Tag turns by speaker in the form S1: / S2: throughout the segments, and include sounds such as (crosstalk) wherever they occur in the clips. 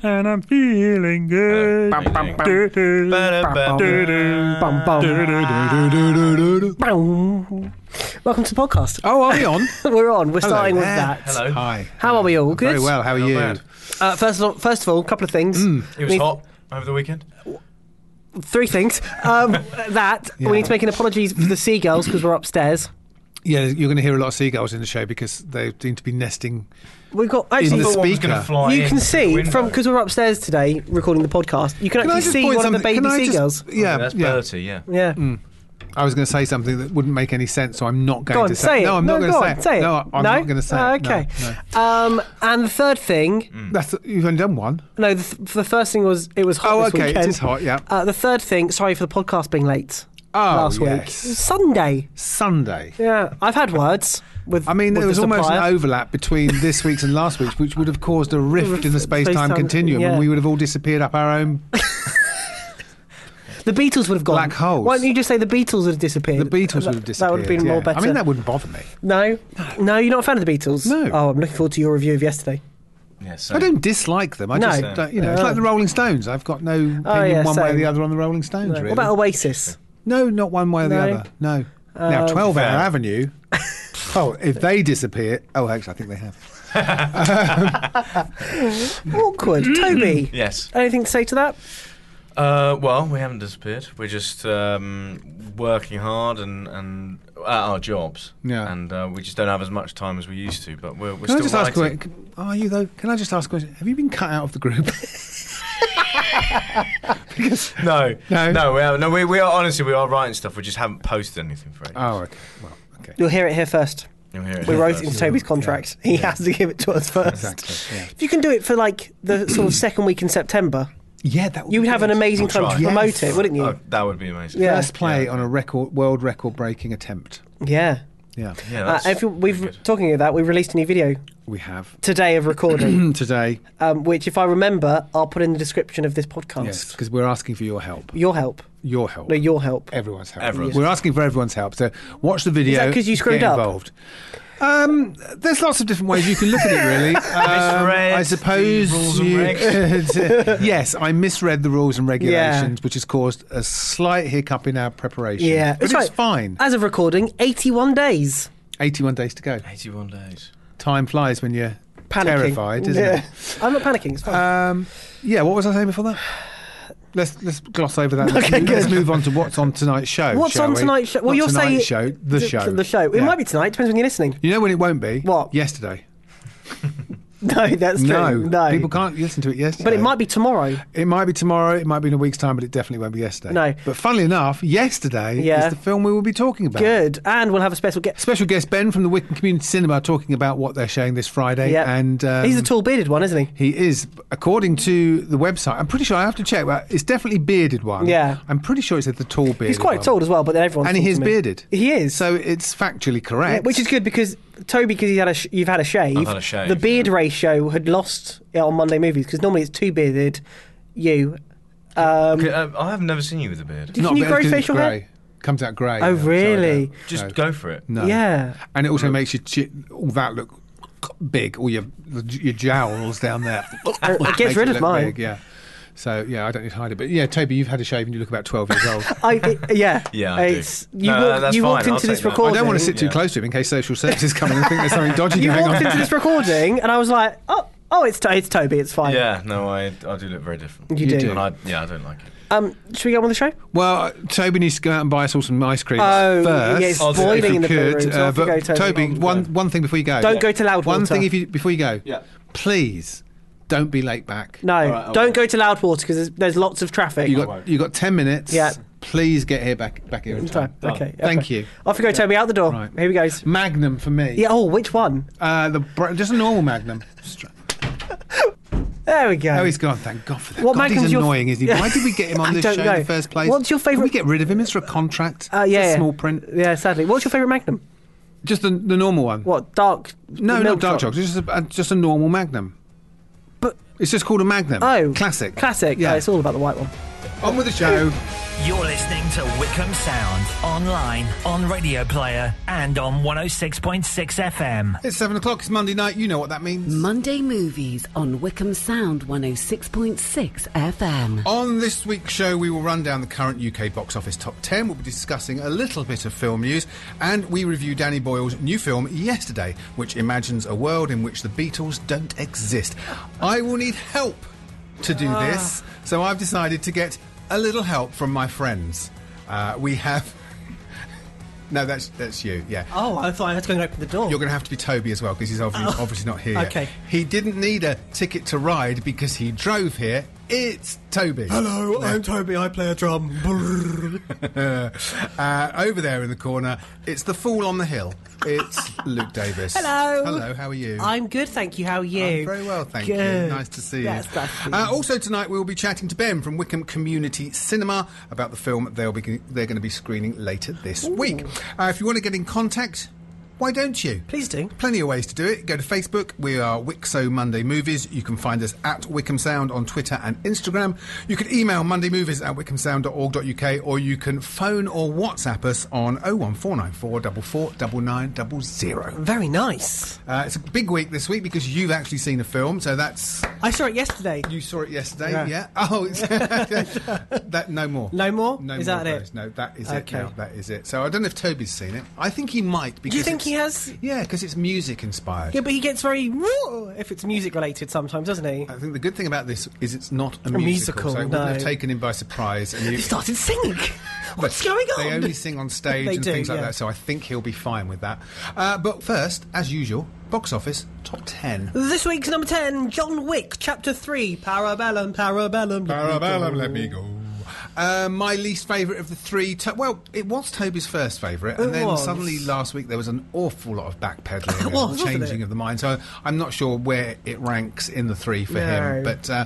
S1: And I'm feeling good.
S2: bum, bum, bum.
S1: Doo-doo,
S2: Ba-da-ba-ba.
S1: doo-doo,
S3: Bum, bum.
S4: Ah.
S1: doo-doo-doo-doo-doo.
S3: Bow. Welcome to the podcast.
S1: Oh, are we on?
S3: (laughs) We're on. We're starting with
S1: there.
S3: that.
S2: Hello.
S1: Hi.
S3: How are we all? Good.
S1: Very well. Mm. How are
S2: Not
S1: you?
S2: bad.
S3: Uh, first, of all, first of all, a couple of things.
S2: It was
S3: We-
S2: hot over the weekend.
S3: Three things. Um,
S1: (laughs)
S3: that we need to make an apology for the seagulls because we're upstairs.
S1: Yeah, you're going to hear a lot of seagulls in the show because they seem to be nesting.
S3: We've got
S1: In
S3: actually.
S1: the
S2: Thought one was
S1: speaker.
S2: gonna fly
S3: you
S2: in
S3: can
S2: through the
S3: see
S2: window.
S3: from because we're upstairs today recording the podcast. You can Oh, actually see one of the
S1: Can
S3: baby
S1: I just- Mm.
S3: seagulls.
S1: yeah,
S2: that's
S1: yeah.
S2: Bertie. Yeah.
S3: Yeah.
S1: I was going to say something that wouldn't make any sense, so I'm not going
S3: Go on,
S1: to
S3: say, it.
S1: No, I'm not going
S3: go
S1: to say
S3: on,
S1: it.
S3: Say it.
S1: No, I'm not going to say
S3: Ah,
S1: it. No,
S3: Okay.
S1: no. Mm.
S3: Um, and the third thing,
S1: That's you've only done one.
S3: no, the, th- the first thing was it was hot
S1: Oh,
S3: this
S1: okay.
S3: weekend.
S1: It is hot. Yeah.
S3: Uh, the third thing, sorry for the podcast being late (laughs)
S1: Oh,
S3: last week.
S1: yes.
S3: Sunday.
S1: Sunday.
S3: Yeah, I've had words with.
S1: I mean,
S3: with
S1: there was
S3: the
S1: almost an
S3: supplier.
S1: overlap between this week's and last week's, which would have caused
S3: (laughs)
S1: a rift in the space-time
S3: Space-time,
S1: continuum,
S3: yeah.
S1: and we would have all disappeared up our own.
S3: The Beatles would have gone.
S1: Black holes.
S3: Why don't you just say the Beatles would have disappeared?
S1: The Beatles would have
S3: That-
S1: disappeared.
S3: That would have been
S1: yeah.
S3: more better.
S1: I mean, that wouldn't bother me.
S3: no, no, you're not a fan of the Beatles.
S1: No.
S3: Oh, I'm looking forward to your review of yesterday.
S2: Yeah. So
S1: I don't dislike them. I
S3: No.
S1: just, don't, you know, it's
S3: No.
S1: like the Rolling Stones. I've got no opinion
S3: Oh, yeah,
S1: one way or
S3: same.
S1: the other on the Rolling Stones.
S3: What
S1: Really,
S3: about Oasis?
S1: no, not one way or the
S3: No. Um,
S1: other. No. now, Twelve Hour
S2: Fair.
S1: Avenue. oh, if they disappear. Oh, actually, I think they have.
S3: Awkward.
S1: Mm-hmm.
S3: Toby.
S2: Yes.
S3: Anything to say to that?
S2: Uh, well, we haven't disappeared. We're just um, working hard and, and at our jobs.
S1: Yeah.
S2: And uh, we just don't have as much time as we used to, but we're, we're still
S1: Can I just ask? a
S2: writing.
S1: question? Are you though? Can I just ask? a question? Have you been cut out of the group? because
S2: No,
S1: No.
S2: no, we are, no. We, we are honestly, we are writing stuff. We just haven't posted anything for it.
S1: (laughs) oh, okay. Well, okay.
S3: You'll hear it here first.
S2: You'll hear it
S3: We
S2: here
S3: wrote it
S2: first.
S3: into Toby's contract. He has to give it to us first.
S1: Exactly. Yeah.
S3: If you can do it for like the sort of second week in September,
S1: Yeah, that would
S3: you
S1: be
S3: would have an
S1: good.
S3: amazing
S2: I'll
S3: time
S2: try.
S3: to promote it, wouldn't you?
S2: Oh, that would be amazing.
S3: Yeah.
S1: First play on a record, world record-breaking attempt.
S3: yeah.
S1: Yeah,
S2: Yeah,
S3: Uh,
S2: that's
S3: if you- we've
S2: pretty good.
S3: talking of that, we released a new video
S1: we have (clears throat)
S3: today of recording,
S1: today.
S3: um, which, if I remember, I'll put in the description of this podcast.
S1: Yes, because we're asking for your help.
S3: Your help,
S1: Your help.
S3: no, your help.
S1: everyone's help.
S2: Everyone's
S1: We're asking for everyone's help. So watch the video.
S3: Is that 'cause you screwed
S1: get
S3: up?
S1: Involved. Um, there's lots of different ways you can look at it,
S2: (laughs)
S1: really. Um,
S2: Misread
S1: I
S2: the
S1: suppose.
S2: rules and
S1: you- (laughs) yes, I misread the rules and regulations, which has caused a slight hiccup in our preparation.
S3: Yeah,
S1: but it's,
S3: right.
S1: fine.
S3: As of recording, 81 days.
S1: 81 days to go.
S2: 81 days.
S1: Time flies when you're
S3: Panicking.
S1: terrified, isn't
S3: yeah.
S1: it?
S3: I'm not panicking. It's fine.
S1: Um, yeah, what was I saying before that? Let's let's gloss over that. Let's,
S3: (laughs) Okay,
S1: let's
S3: good.
S1: move on to what's on tonight's show.
S3: What's
S1: shall
S3: on
S1: we?
S3: tonight's show? Well,
S1: Not
S3: you're
S1: tonight's
S3: saying-
S1: show. The
S3: T-
S1: show.
S3: The show. It
S1: Yeah.
S3: might be tonight. Depends when you're listening. (laughs)
S1: You know when it won't be?
S3: What?
S1: Yesterday.
S3: No, that's true.
S1: No,
S3: no.
S1: People can't listen to it yesterday.
S3: But it might be tomorrow.
S1: It might be tomorrow. It might be in a week's time, but it definitely won't be yesterday.
S3: No.
S1: But funnily enough, yesterday
S3: Yeah.
S1: is the film we will be talking about.
S3: Good. And we'll have a special guest.
S1: Special guest Ben from the Wickham Community Cinema talking about what they're showing this Friday.
S3: Yeah.
S1: And um,
S3: He's the tall bearded one, isn't he?
S1: He is, according to the website. I'm pretty sure I have to check. But it's definitely bearded one.
S3: Yeah.
S1: I'm pretty sure it said the tall bearded.
S3: He's quite
S1: one.
S3: tall as well, but then everyone.
S1: and he is bearded.
S3: He is.
S1: So it's factually correct.
S3: Yeah, Uh, which is good because Toby, because he's had a sh- you've had a shave.
S2: I've had a shave,
S3: The beard ratio had lost it on Monday movies because normally it's two bearded, you.
S2: (laughs)
S3: Um,
S2: Okay, uh, I have never seen you with a beard.
S3: Did- Can you
S1: better
S3: grow
S1: because it's
S3: facial hair?
S1: grey. Comes out grey.
S3: Oh,
S1: now, so I
S3: really?
S1: don't-
S2: Just
S1: no.
S2: go for it. (laughs)
S1: No.
S3: Yeah.
S1: And it also makes your chi- all that look big, all your your jowls down there.
S3: (laughs) it
S1: Makes
S3: gets rid of
S1: look
S3: mine.
S1: big, yeah. So yeah, I don't need to hide it. But yeah, Toby, you've had a shave and you look about twelve
S3: (laughs)
S1: years old.
S3: I, it- yeah.
S2: (laughs) Yeah, I do.
S3: it's, You,
S2: No, no,
S3: walked,
S2: that's
S3: you walked
S2: fine, I'll
S3: into this
S2: take that. I
S3: recording.
S1: I don't want to sit too
S2: Yeah.
S1: close to him in case social services come and think
S3: (laughs)
S1: there's something dodgy
S3: You
S1: going
S3: walked
S1: on.
S3: into this recording, and I was like, oh, oh, it's, To- it's Toby. It's fine.
S2: Yeah, no, I, I do look very different.
S3: You do.
S2: And I, yeah, I don't like it.
S3: Um, should we go on with the show?
S1: Well, Toby needs to go out and buy us all some ice cream
S3: Oh,
S1: first.
S3: yeah, it's
S2: I'll do that.
S3: boiling
S1: if
S3: in
S1: you
S3: the
S1: could,
S3: bedroom. so
S1: uh,
S3: off you
S1: but
S3: go,
S1: Toby, one one thing before you go.
S3: Don't go to Loudwater.
S1: One thing if you before you go.
S2: Yeah.
S1: Please don't be late back.
S3: No,
S2: right, I
S3: don't
S2: won't.
S3: go to Loudwater because there's, there's lots of traffic.
S1: You
S2: I
S1: got
S2: won't.
S1: you got ten minutes.
S3: Yeah.
S1: Please get here back back here in time.
S3: Time. Okay.
S1: Thank
S3: okay.
S1: you.
S3: Off you go, Toby. Out the door.
S1: Right.
S3: Here we goes.
S1: Magnum for me.
S3: Yeah. Oh, which one?
S1: Uh, the br- just a normal Magnum.
S3: There we go.
S1: Oh, he's gone. Thank God for that.
S3: What
S1: God, he's
S3: Magnum's your-
S1: annoying, isn't he? Why did we
S3: (laughs)
S1: get him
S3: I
S1: on this show
S3: don't
S1: in
S3: know.
S1: the first place?
S3: What's your
S1: Can we
S3: favourite-
S1: get rid of him? Is there a contract?
S3: Uh, yeah,
S1: It's a
S3: yeah.
S1: small print.
S3: yeah, sadly. What's your favourite Magnum?
S1: Just the, the normal one.
S3: What dark?
S1: No, not
S3: milk
S1: dark
S3: choc-
S1: chocolate. Just a, uh, just a normal Magnum.
S3: But-
S1: it's just called a Magnum.
S3: Oh,
S1: classic.
S3: Classic. Yeah,
S1: Yeah.
S3: it's all about the white one.
S1: On with the show.
S5: You're listening to Wickham Sound online, on Radio Player, and on 106.6 FM.
S1: It's seven o'clock. It's Monday night. You know what that means.
S6: Monday Movies on Wickham Sound 106.6 FM.
S1: On this week's show, we will run down the current UK box office top 10. We'll be discussing a little bit of film news, and we review Danny Boyle's new film, Yesterday, which imagines a world in which the Beatles don't exist. I will need help to do
S7: Ah.
S1: this, so I've decided to get a little help from my friends. Uh, we have. (laughs) No, that's that's you. Yeah,
S7: Oh, I thought I was going to open the door.
S1: you're going to have to be Toby as well because he's obviously, obviously not here. yet.
S7: okay.
S1: He didn't need a ticket to ride because he drove here. It's Toby.
S7: Hello, Oh, I'm Toby. I play a drum. Brrr.
S1: uh, over there in the corner, it's the fool on the hill. It's Luke Davis.
S7: Hello.
S1: Hello, how are you?
S7: I'm good, thank you. How are you?
S1: I'm very well, thank you.
S7: Good.
S1: Nice to see
S7: That's
S1: you.
S7: lovely.
S1: Uh, also tonight, we will be chatting to Ben from Wickham Community Cinema about the film they'll be they're going to be screening later this week. Uh, if you want to get in contact, why don't you?
S7: Please do.
S1: Plenty of ways to do it. Go to Facebook. We are Wixo Monday Movies. You can find us at Wickham Sound on Twitter and Instagram. You can email mondaymovies at wickhamsound.org.uk or you can phone or WhatsApp us on 01494 449900.
S7: Very nice.
S1: Uh, it's a big week this week because you've actually seen a film, so that's
S7: I saw it yesterday.
S1: you saw it yesterday, yeah? (laughs)
S7: Yeah.
S1: Oh, it's, that no more.
S7: No more?
S1: No
S7: Is
S1: more
S7: that
S1: of
S7: it?
S1: those. No, that is
S7: Okay.
S1: it. Now. That is it. So I don't know if Toby's seen it. I think he might. Because
S7: Do you think
S1: it's-
S7: he has?
S1: Yeah, because it's music inspired.
S7: Yeah, but he gets very "Whoa," if it's music related sometimes, doesn't he?
S1: I think the good thing about this is it's not a,
S7: musical,
S1: so it
S7: no.
S1: wouldn't have taken him by surprise.
S7: (laughs)
S1: And
S7: He
S1: you,
S7: started singing.
S1: (laughs)
S7: What's
S1: But
S7: going on?
S1: They only sing on stage
S7: They
S1: and
S7: do,
S1: things like
S7: yeah.
S1: that, so I think he'll be fine with that. Uh, but first, as usual, box office top ten.
S7: This week's number 10, John Wick, Chapter 3, Parabellum, Parabellum.
S1: Parabellum, let me go. Uh, my least favourite of the three. To- well, it was Toby's first favourite, and
S7: It
S1: then
S7: was.
S1: suddenly last week there was an awful lot of
S7: (laughs)
S1: backpedaling
S7: was,
S1: and
S7: wasn't
S1: changing
S7: it?
S1: of the mind. So I'm not sure where it ranks in the three for
S7: No.
S1: him, but. Uh,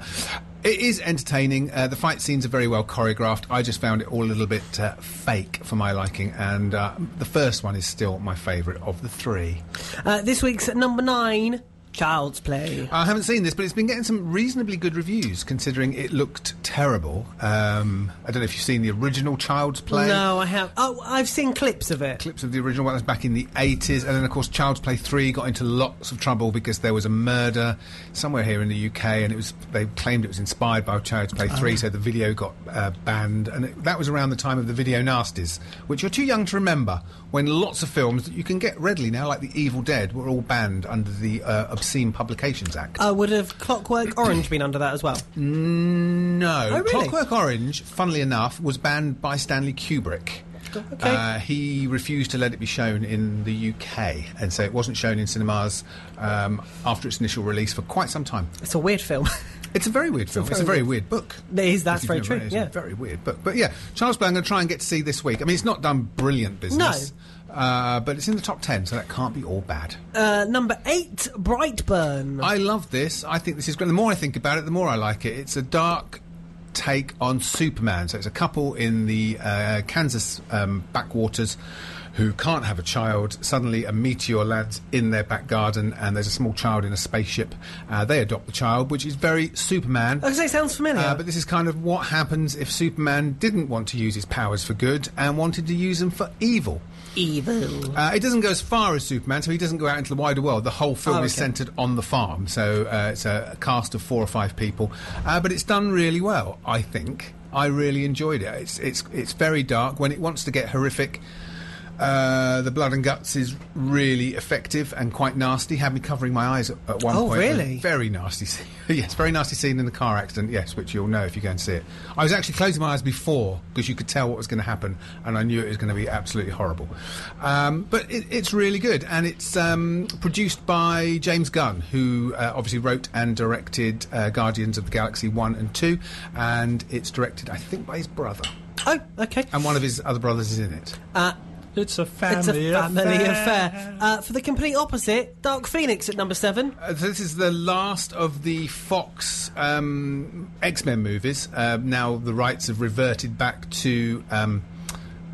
S1: it is entertaining. Uh, the fight scenes are very well choreographed. I just found it all a little bit uh, fake for my liking, and uh, the first one is still my favourite of the three.
S7: Uh, this week's number 9, Child's Play.
S1: I haven't seen this, but it's been getting some reasonably good reviews, considering it looked terrible. Um, I don't know if you've seen the original Child's Play.
S7: No, I have. Oh, I've seen clips of it.
S1: Clips of the original one that was back in the 80s, and then of course Child's Play 3 got into lots of trouble because there was a murder somewhere here in the UK, and it was they claimed it was inspired by Child's Play 3, so the video got uh, banned, and it, that was around the time of the video nasties, which you're too young to remember. When lots of films that you can get readily now, like The Evil Dead, were all banned under the uh, Obscene Publications Act.
S7: I Uh, would have Clockwork Orange been under that as well.
S1: No.
S7: Oh, really?
S1: Clockwork Orange, funnily enough, was banned by Stanley Kubrick.
S7: Okay.
S1: Uh, he refused to let it be shown in the UK, and so it wasn't shown in cinemas um, after its initial release for quite some time.
S7: It's a weird film. (laughs)
S1: It's a very weird film. It's a very weird, book.
S7: It is, that's
S1: If you
S7: very
S1: know
S7: true,
S1: what it is,
S7: yeah.
S1: a very weird book. But yeah, Charles Blair, I'm going to try and get to see this week. I mean, it's not done brilliant business, uh, but it's in the top ten, so that can't be all bad.
S7: uh, number 8, Brightburn.
S1: I love this. I think this is great. The more I think about it, the more I like it. It's a dark take on Superman. So it's a couple in the uh, Kansas um, backwaters who can't have a child. Suddenly, a meteor lands in their back garden, and there's a small child in a spaceship. Uh, they adopt the child, which is very Superman.
S3: Oh,
S7: I was gonna say, sounds familiar.
S1: Uh, but this is kind of what happens if Superman didn't want to use his powers for good and wanted to use them for evil.
S7: Evil.
S1: Uh, it doesn't go as far as Superman, so he doesn't go out into the wider world. The whole film
S7: Oh,
S1: is
S7: okay.
S1: centered on the farm, so uh, it's a cast of four or five people. Uh, but it's done really well, I think. I really enjoyed it. It's it's it's very dark. When it wants to get horrific, uh, the blood and guts is really effective and quite nasty. Had me covering my eyes at, at one
S7: Oh,
S1: point.
S7: really?
S1: Very nasty. Scene. (laughs) yes, very nasty scene in the car accident. Yes, which you'll know if you go and see it. I was actually closing my eyes before because you could tell what was going to happen, and I knew it was going to be absolutely horrible. Um, but it, it's really good, and it's um, produced by James Gunn, who uh, obviously wrote and directed uh, Guardians of the Galaxy One and Two, and it's directed, I think, by his brother,
S7: oh, okay.
S1: and one of his other brothers is in it.
S7: Uh,
S5: It's a family,
S7: it's a family affair. Uh, for the complete opposite, Dark Phoenix at number 7.
S1: Uh, this is the last of the Fox um, X Men movies. Uh, now the rights have reverted back to. Um,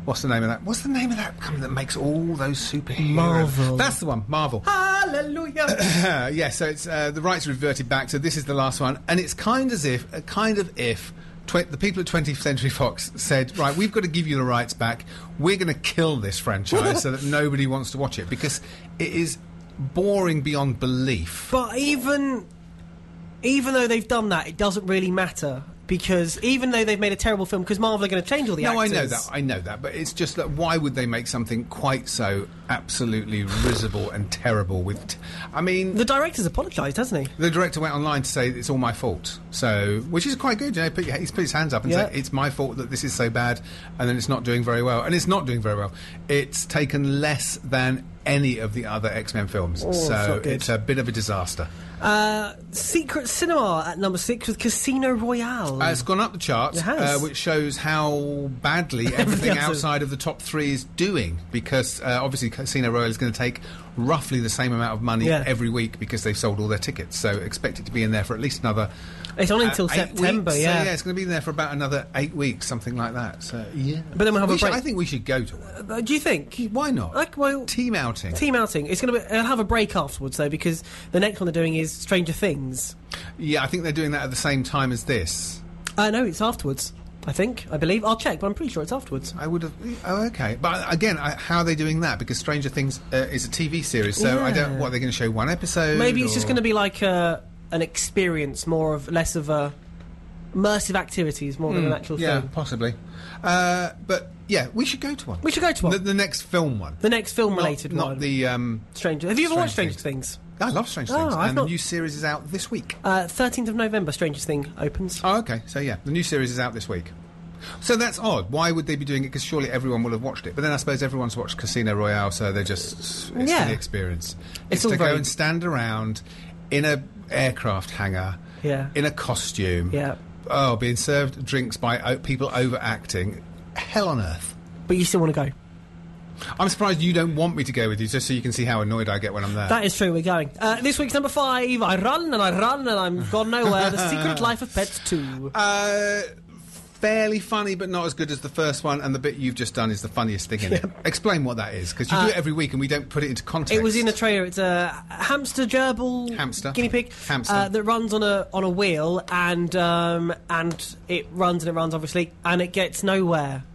S1: What's the name of that? What's the name of that company that makes all those superheroes?
S7: Marvel.
S1: That's the one, Marvel.
S7: Hallelujah.
S1: (laughs) Uh, yeah, so it's uh, the rights reverted back. So this is the last one, and it's kind as if, uh, kind of if tw- the people at 20th Century Fox said, right, we've got to give you the rights back. We're going to kill this franchise so that nobody wants to watch it because it is boring beyond belief.
S3: But even even though they've done that, it doesn't really matter because even though they've made a terrible film, because Marvel are going to change all the
S1: No, I
S3: actors.
S1: know that. I know that. But it's just that why would they make something quite so absolutely risible and terrible? With, t- I mean,
S3: The director's apologised, hasn't he?
S1: The director went online to say it's all my fault, so which is quite good. You know, put your, he's put his hands up and
S3: Yeah.
S1: said it's my fault that this is so bad, and then it's not doing very well, and it's not doing very well. It's taken less than any of the other X Men films,
S3: that's
S1: so
S3: Oh, not good.
S1: it's a bit of a disaster.
S3: Uh, Secret Cinema at number six with Casino Royale.
S1: Uh, it's gone up the charts,
S3: It has.
S1: Uh, which shows how
S3: (laughs)
S1: badly everything
S3: else is-
S1: outside of the top three is doing. Because uh, obviously, Casino Royale is going to take roughly the same amount of money
S3: Yeah.
S1: every week because they've sold all their tickets. So expect it to be in there for at least another.
S3: It's on until
S1: uh, eight
S3: September,
S1: weeks.
S3: yeah.
S1: So, yeah, it's going to be in there for about another eight weeks, something like that. So yeah.
S3: But then we'll have
S1: We
S3: a
S1: should-
S3: break.
S1: I think we should go to one.
S3: Uh, do you think?
S1: Why not?
S3: Like, well,
S1: team outing.
S3: team outing. It's going to be. I'll have a break afterwards though because the next one they're doing is Stranger Things.
S1: yeah, I think they're doing that at the same time as this.
S3: Uh, no, it's afterwards. I think. I believe. I'll check, but I'm pretty sure it's afterwards.
S1: I would have. Oh, okay. But again, I, how are they doing that? Because Stranger Things uh, is a TV series, so I don't. What they're going to show one episode?
S3: Maybe it's just
S1: or-
S3: going to be like a, an experience, more of less of a immersive activities, more than an actual
S1: Hmm, Yeah,
S3: thing.
S1: possibly. Uh, but yeah, we should go to one.
S3: We should go to one.
S1: The,
S3: The,
S1: the next film one.
S3: next film-related
S1: not,
S3: one.
S1: Not the. Um,
S3: Stranger. Have you ever watched
S1: Stranger
S3: Stranger Things?
S1: I love Stranger
S3: Oh,
S1: Things,
S3: I
S1: and
S3: thought-
S1: the new series is out this week.
S3: Thirteenth of November, Stranger Thing opens.
S1: Oh, okay. So yeah, the new series is out this week. So that's odd. Why would they be doing it? Because surely everyone will have watched it. But then I suppose everyone's watched Casino Royale, so they're just it's
S3: Yeah.
S1: the experience.
S3: It's
S1: It's,
S3: all
S1: to
S3: very-
S1: go and stand around in a aircraft hangar,
S3: Yeah.
S1: in a costume,
S3: Yeah.
S1: Oh, being served drinks by o- people overacting. Hell on earth.
S3: But you still want to go?
S1: I'm surprised you don't want me to go with you, just so you can see how annoyed I get when I'm there.
S3: That is true. We're going. Uh, this week's number five. I run and I run and I'm gone nowhere. the Secret Life of Pets Two.
S1: Uh, fairly funny, but not as good as the first one. And the bit you've just done is the funniest thing in it. Explain what that is, because you do it every week and we don't put it into context.
S3: Uh, It was in a trailer. It's a hamster gerbil,
S1: Hamster.
S3: guinea pig,
S1: Hamster.
S3: uh, that runs on a on a wheel, and um, and it runs and it runs, obviously, and it gets nowhere.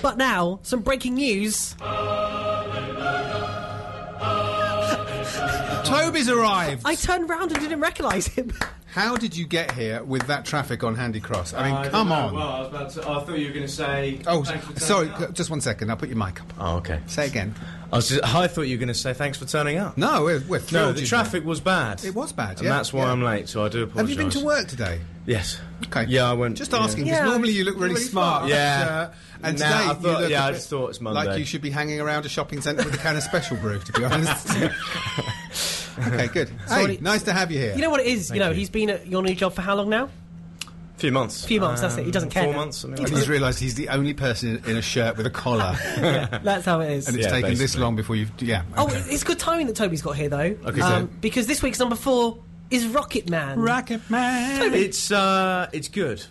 S3: But now, some breaking news.
S1: Toby's arrived.
S3: I turned round and didn't recognise him. (laughs)
S1: How did you get here with that traffic on Handy Cross? I mean,
S8: I don't
S1: come
S8: know.
S1: on.
S8: Well, I was about to. I thought you were going to say.
S1: oh,
S8: thanks for
S1: s-
S8: turning
S1: sorry.
S8: up.
S1: c- Just one second. I'll put your mic up.
S2: Oh, okay.
S1: Say again.
S2: I was just, I thought you were going to say thanks for turning up.
S1: No, we're, we're thrilled.
S2: No, the
S1: you-
S2: traffic was bad.
S1: It was bad.
S2: And
S1: yeah,
S2: that's why
S1: yeah.
S2: I'm late, so I do
S1: Have
S2: apologise.
S1: you been to work today?
S2: Yes.
S1: Okay.
S2: Yeah, I went.
S1: Just
S2: yeah.
S1: asking because
S3: Yeah.
S1: normally you look really,
S3: Really
S1: smart.
S3: smart.
S2: Yeah.
S1: uh, and
S2: Nah,
S1: today
S2: I thought-
S1: you look
S2: yeah,
S1: a
S2: I
S1: bit
S2: just thought it's Monday.
S1: Like you should be hanging around a shopping centre with a can of special brew, to be honest. (laughs) okay, good.
S3: Sorry.
S1: Hey, nice to have you here.
S3: You know what it is? you know,
S2: you.
S3: he's been at your new job for how long now?
S2: Few months.
S3: Few months, that's it. He doesn't care
S2: Um, Four
S3: now.
S2: months.
S3: (laughs)
S2: something
S1: and
S2: like
S1: he's
S2: that.
S1: realised he's the only person in, in a shirt with a (laughs) collar, and
S3: That's how it is.
S1: it's
S2: Yeah,
S1: taken this
S2: basically.
S1: long before you've. Yeah.
S3: oh, it- it's good timing that Toby's got here though,
S2: Okay,
S3: um,
S2: so-
S3: because this week's number four is Rocket Man.
S1: Rocket man.
S2: It's uh, it's good.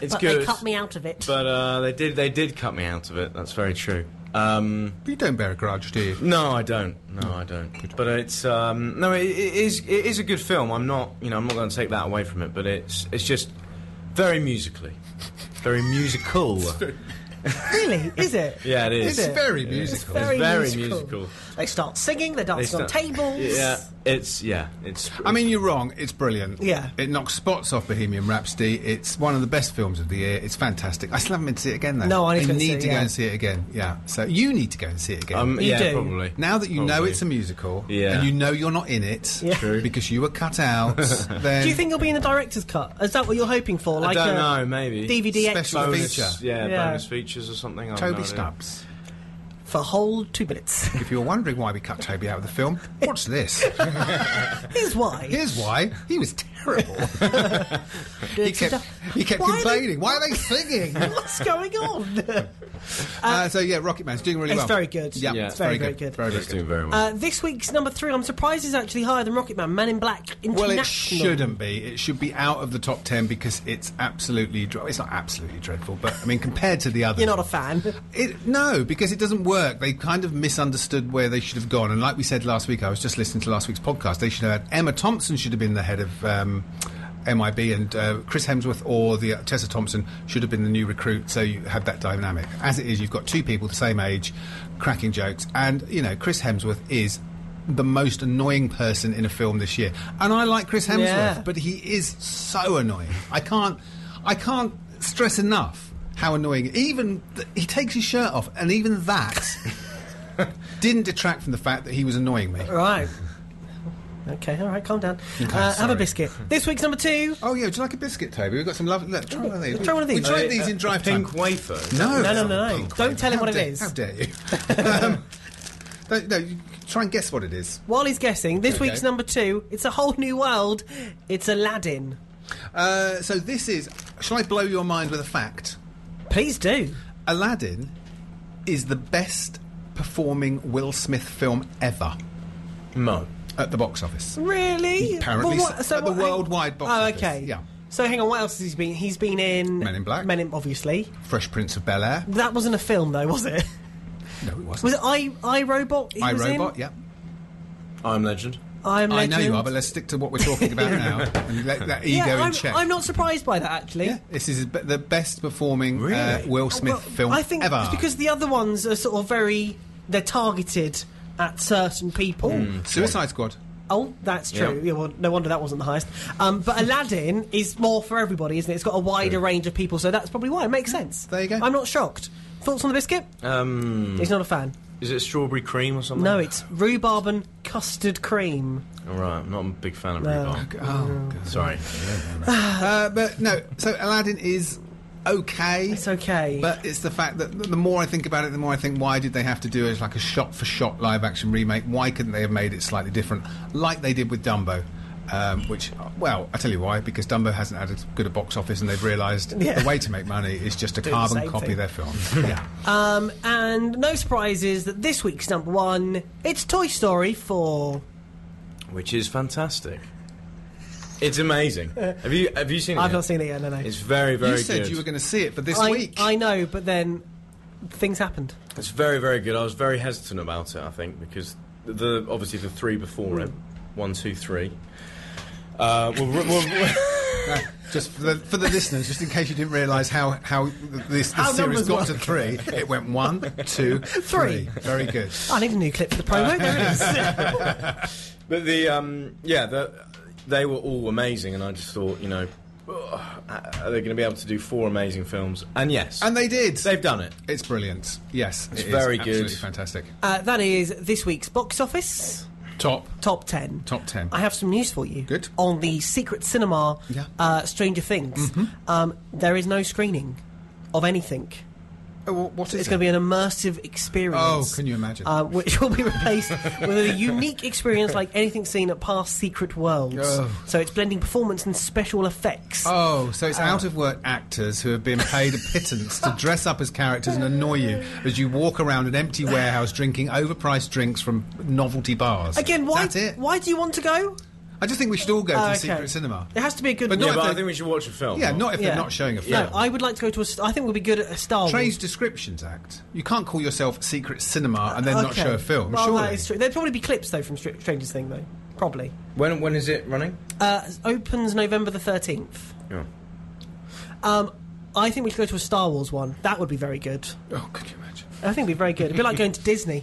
S2: It's
S3: but
S2: good.
S3: they cut me out of it.
S2: But uh, they did. They did cut me out of it. That's very true. Um,
S1: You don't bear a grudge, do you?
S2: no, I don't. No, I don't. But it's um, no. It, it is. It is a good film. I'm not. You know, I'm not going to take that away from it. But it's. It's just very musically, very
S1: (laughs)
S2: musical.
S3: really, is it?
S2: yeah, it is.
S1: It's
S3: it?
S1: very
S3: It's
S1: musical.
S3: very,
S2: very
S3: musical.
S2: musical.
S3: They start singing. They're
S2: They
S3: dancing
S2: start-
S3: on tables.
S2: Yeah, it's yeah, it's.
S1: I mean, you're wrong. It's brilliant.
S3: Yeah.
S1: It knocks spots off Bohemian Rhapsody. It's one of the best films of the year. It's fantastic. I still haven't been to see it again, though.
S3: No, I need to go and see it,
S1: to
S3: yeah.
S1: go and see it again. Yeah. So you need to go and see it again.
S2: um,
S3: you
S2: yeah,
S3: do.
S2: probably.
S1: now that you know
S2: Probably.
S1: it's a musical
S2: Yeah.
S1: and you know you're not in it
S3: Yeah. True.
S1: because you were cut out, then
S3: Do you think you'll be in the director's cut? Is that what you're hoping for?
S2: I
S3: Like
S2: don't
S3: a
S2: know. Maybe
S3: DVD
S1: Special
S3: extra
S2: bonus,
S1: feature.
S2: Yeah,
S3: Yeah.
S2: bonus features or something. I've no
S1: Toby
S2: idea.
S1: Stubbs?
S3: for whole two minutes.
S1: If you're wondering why we cut Toby out of the film, watch this.
S3: Here's why.
S1: Here's why. He was terrible. he kept, he kept
S3: Why are they- Uh,
S1: complaining. why are they
S3: (laughs)
S1: singing?
S3: What's going on?
S1: uh, so, yeah, Rocket Man's doing really
S3: It's
S1: well.
S3: very good.
S1: Yeah,
S2: Yeah.
S1: it's very,
S3: Very, very
S1: good.
S3: good.
S1: Very, very
S2: It's
S1: good.
S2: doing very well.
S3: uh, this week's number three, I'm surprised, is actually higher than Rocket Man. Man in Black International.
S1: Well, it shouldn't be. It should be out of the top ten because it's absolutely. Dr- it's not absolutely dreadful, but I mean, compared to the others,
S3: You're not a fan.
S1: It, no, because it doesn't work. They kind of misunderstood where they should have gone. And like we said last week, I was just listening to last week's podcast. They should have had Emma Thompson should have been the head of um, MIB, and uh, Chris Hemsworth or the uh, Tessa Thompson should have been the new recruit. So you have that dynamic. As it is, you've got two people the same age, cracking jokes, and you know Chris Hemsworth is the most annoying person in a film this year. And I like Chris Hemsworth,
S3: Yeah.
S1: but he is so annoying. I can't, I can't stress enough how annoying. Even th- he takes his shirt off, and even that.
S3: (laughs)
S1: Didn't detract from the fact that he was annoying me.
S3: Right. Okay, all right, calm down. uh, have
S1: sorry.
S3: a biscuit. This week's number two.
S1: Oh yeah, would you like a biscuit, Toby? We've got some lovely. Look, try one of these.
S3: Try one of these.
S1: We tried
S3: Uh,
S1: these in drive time.
S2: Pink wafer.
S1: No,
S3: No, no, no, no.
S1: Pink
S3: Don't
S1: wafer.
S3: tell him
S1: How
S3: what it
S1: dare-
S3: is.
S1: How dare you?
S3: (laughs)
S1: um, don't, no, you try and guess what it is.
S3: While he's guessing, this
S1: Okay.
S3: week's number two. It's a whole new world. It's Aladdin.
S1: Uh, so this is. Shall I blow your mind with a fact?
S3: Please do.
S1: Aladdin is the best performing Will Smith film ever
S2: No.
S1: at the box office.
S3: Really?
S1: Apparently
S3: But what-
S1: so- at the
S3: what-
S1: worldwide box
S3: Oh,
S1: office,
S3: okay.
S1: yeah.
S3: So hang on, what else has he been? He's been in
S1: Men in Black.
S3: Men in obviously.
S1: Fresh Prince of Bel Air.
S3: That wasn't a film though, was it? (laughs)
S1: No, it wasn't.
S3: Was it I I Robot? he
S1: I
S3: was in?
S1: Robot. Yeah.
S2: I'm legend.
S3: I'm
S1: I
S3: Legend.
S1: know you are, but let's stick to what we're talking about now and let that ego
S3: (laughs) yeah, I'm,
S1: in check.
S3: I'm not surprised by that actually.
S1: Yeah, this is b- the best performing uh,
S2: Really?
S1: Will Smith
S3: Oh, Well,
S1: film
S3: I think
S1: ever.
S3: it's because the other ones are sort of very they're targeted at certain people.
S1: Hmm. Suicide Squad.
S3: Oh, that's
S2: Yeah.
S3: true. Yeah, well, no wonder that wasn't the highest. Um, but Aladdin is more for everybody, isn't it? It's got a wider range of people, so that's probably why it makes sense.
S1: There you go.
S3: I'm not shocked. Thoughts on the biscuit?
S2: Um,
S3: He's not a fan.
S2: is it strawberry cream or something?
S3: No, it's rhubarb and custard cream.
S2: All right, I'm not a big fan of
S3: No.
S2: rhubarb.
S1: Oh, God.
S2: Sorry.
S1: Uh, but no, so Aladdin is okay.
S3: It's okay.
S1: But it's the fact that the more I think about it, the more I think, why did they have to do it as like a shot for shot live action remake? Why couldn't they have made it slightly different, like they did with Dumbo? Um, which, well, I tell you why, because Dumbo hasn't had as good a box office, and they've realised
S3: Yeah.
S1: the way to make money
S3: (laughs)
S1: is just to
S3: the
S1: carbon
S3: same
S1: copy
S3: thing.
S1: their films.
S3: (laughs)
S1: yeah.
S3: Um, and no surprises that this week's number one, it's Toy Story 4.
S2: Which is fantastic. It's amazing. Have you have you seen it?
S3: I've
S2: yet?
S3: not seen it yet, no, no.
S2: It's very very
S1: you said
S2: good.
S1: you were going to see it for this
S3: I,
S1: week.
S3: I know, but then things happened.
S2: It's very very good. I was very hesitant about it. I think because the obviously the three before it, one two three. Uh, were, were, were,
S1: No, just for the, for the listeners, just in case you didn't realise how how th- this,
S3: Our
S1: this series
S3: numbers
S1: got
S3: work.
S1: to three, it went one, two,
S3: (laughs) Three.
S1: three. Very good.
S3: I need a new clip for the
S1: Uh, (laughs)
S3: promo. there it is.
S2: (laughs) But the um, yeah, the, they were all amazing, and I just thought, you know, ugh, are they going to be able to do four amazing films? And yes,
S1: And they did.
S2: they've done it.
S1: it's brilliant. Yes,
S2: It's
S1: it is
S2: very good.
S1: Absolutely fantastic.
S3: Uh, that is this week's box office
S1: Top.
S3: top 10.
S1: Top 10.
S3: I have some news for you.
S1: Good.
S3: On the secret cinema
S1: Yeah. Mm-hmm.
S3: uh, Stranger Things, um, there is no screening of anything.
S1: Oh, wha- what is
S3: It's
S1: it?
S3: going to be an immersive experience.
S1: Oh, can you imagine?
S3: Uh, which will be replaced with a unique experience like anything seen at past Secret Worlds.
S1: Oh.
S3: So it's blending performance and special effects.
S1: Oh, so it's out of work actors who have been paid a pittance to dress up as characters and annoy you as you walk around an empty warehouse drinking overpriced drinks from novelty bars.
S3: Again, why?
S1: That's it.
S3: Why do you want to go?
S1: I just think we should all go to
S3: Oh,
S1: the
S3: okay.
S1: secret cinema.
S3: It has to be a good.
S1: But
S3: one.
S1: No,
S2: Yeah, but
S1: they-
S2: I think we should watch a film.
S1: Yeah, not if they're not showing a
S3: No,
S1: film.
S3: I would like to go to a. s- I think we'll be good at a Star Wars.
S1: Trades Descriptions Act. You can't call yourself Secret Cinema and then not
S3: Okay.
S1: show a film,
S3: Well,
S1: surely.
S3: that is true. There'd probably be clips though from Str- Strangers Thing though. Probably.
S2: When when is it running?
S3: Uh, it opens November the thirteenth.
S2: Yeah.
S3: Um, I think we should go to a Star Wars one. That would be very good.
S1: Oh, could you imagine?
S3: I think it'd be very good. It'd be like going to Disney.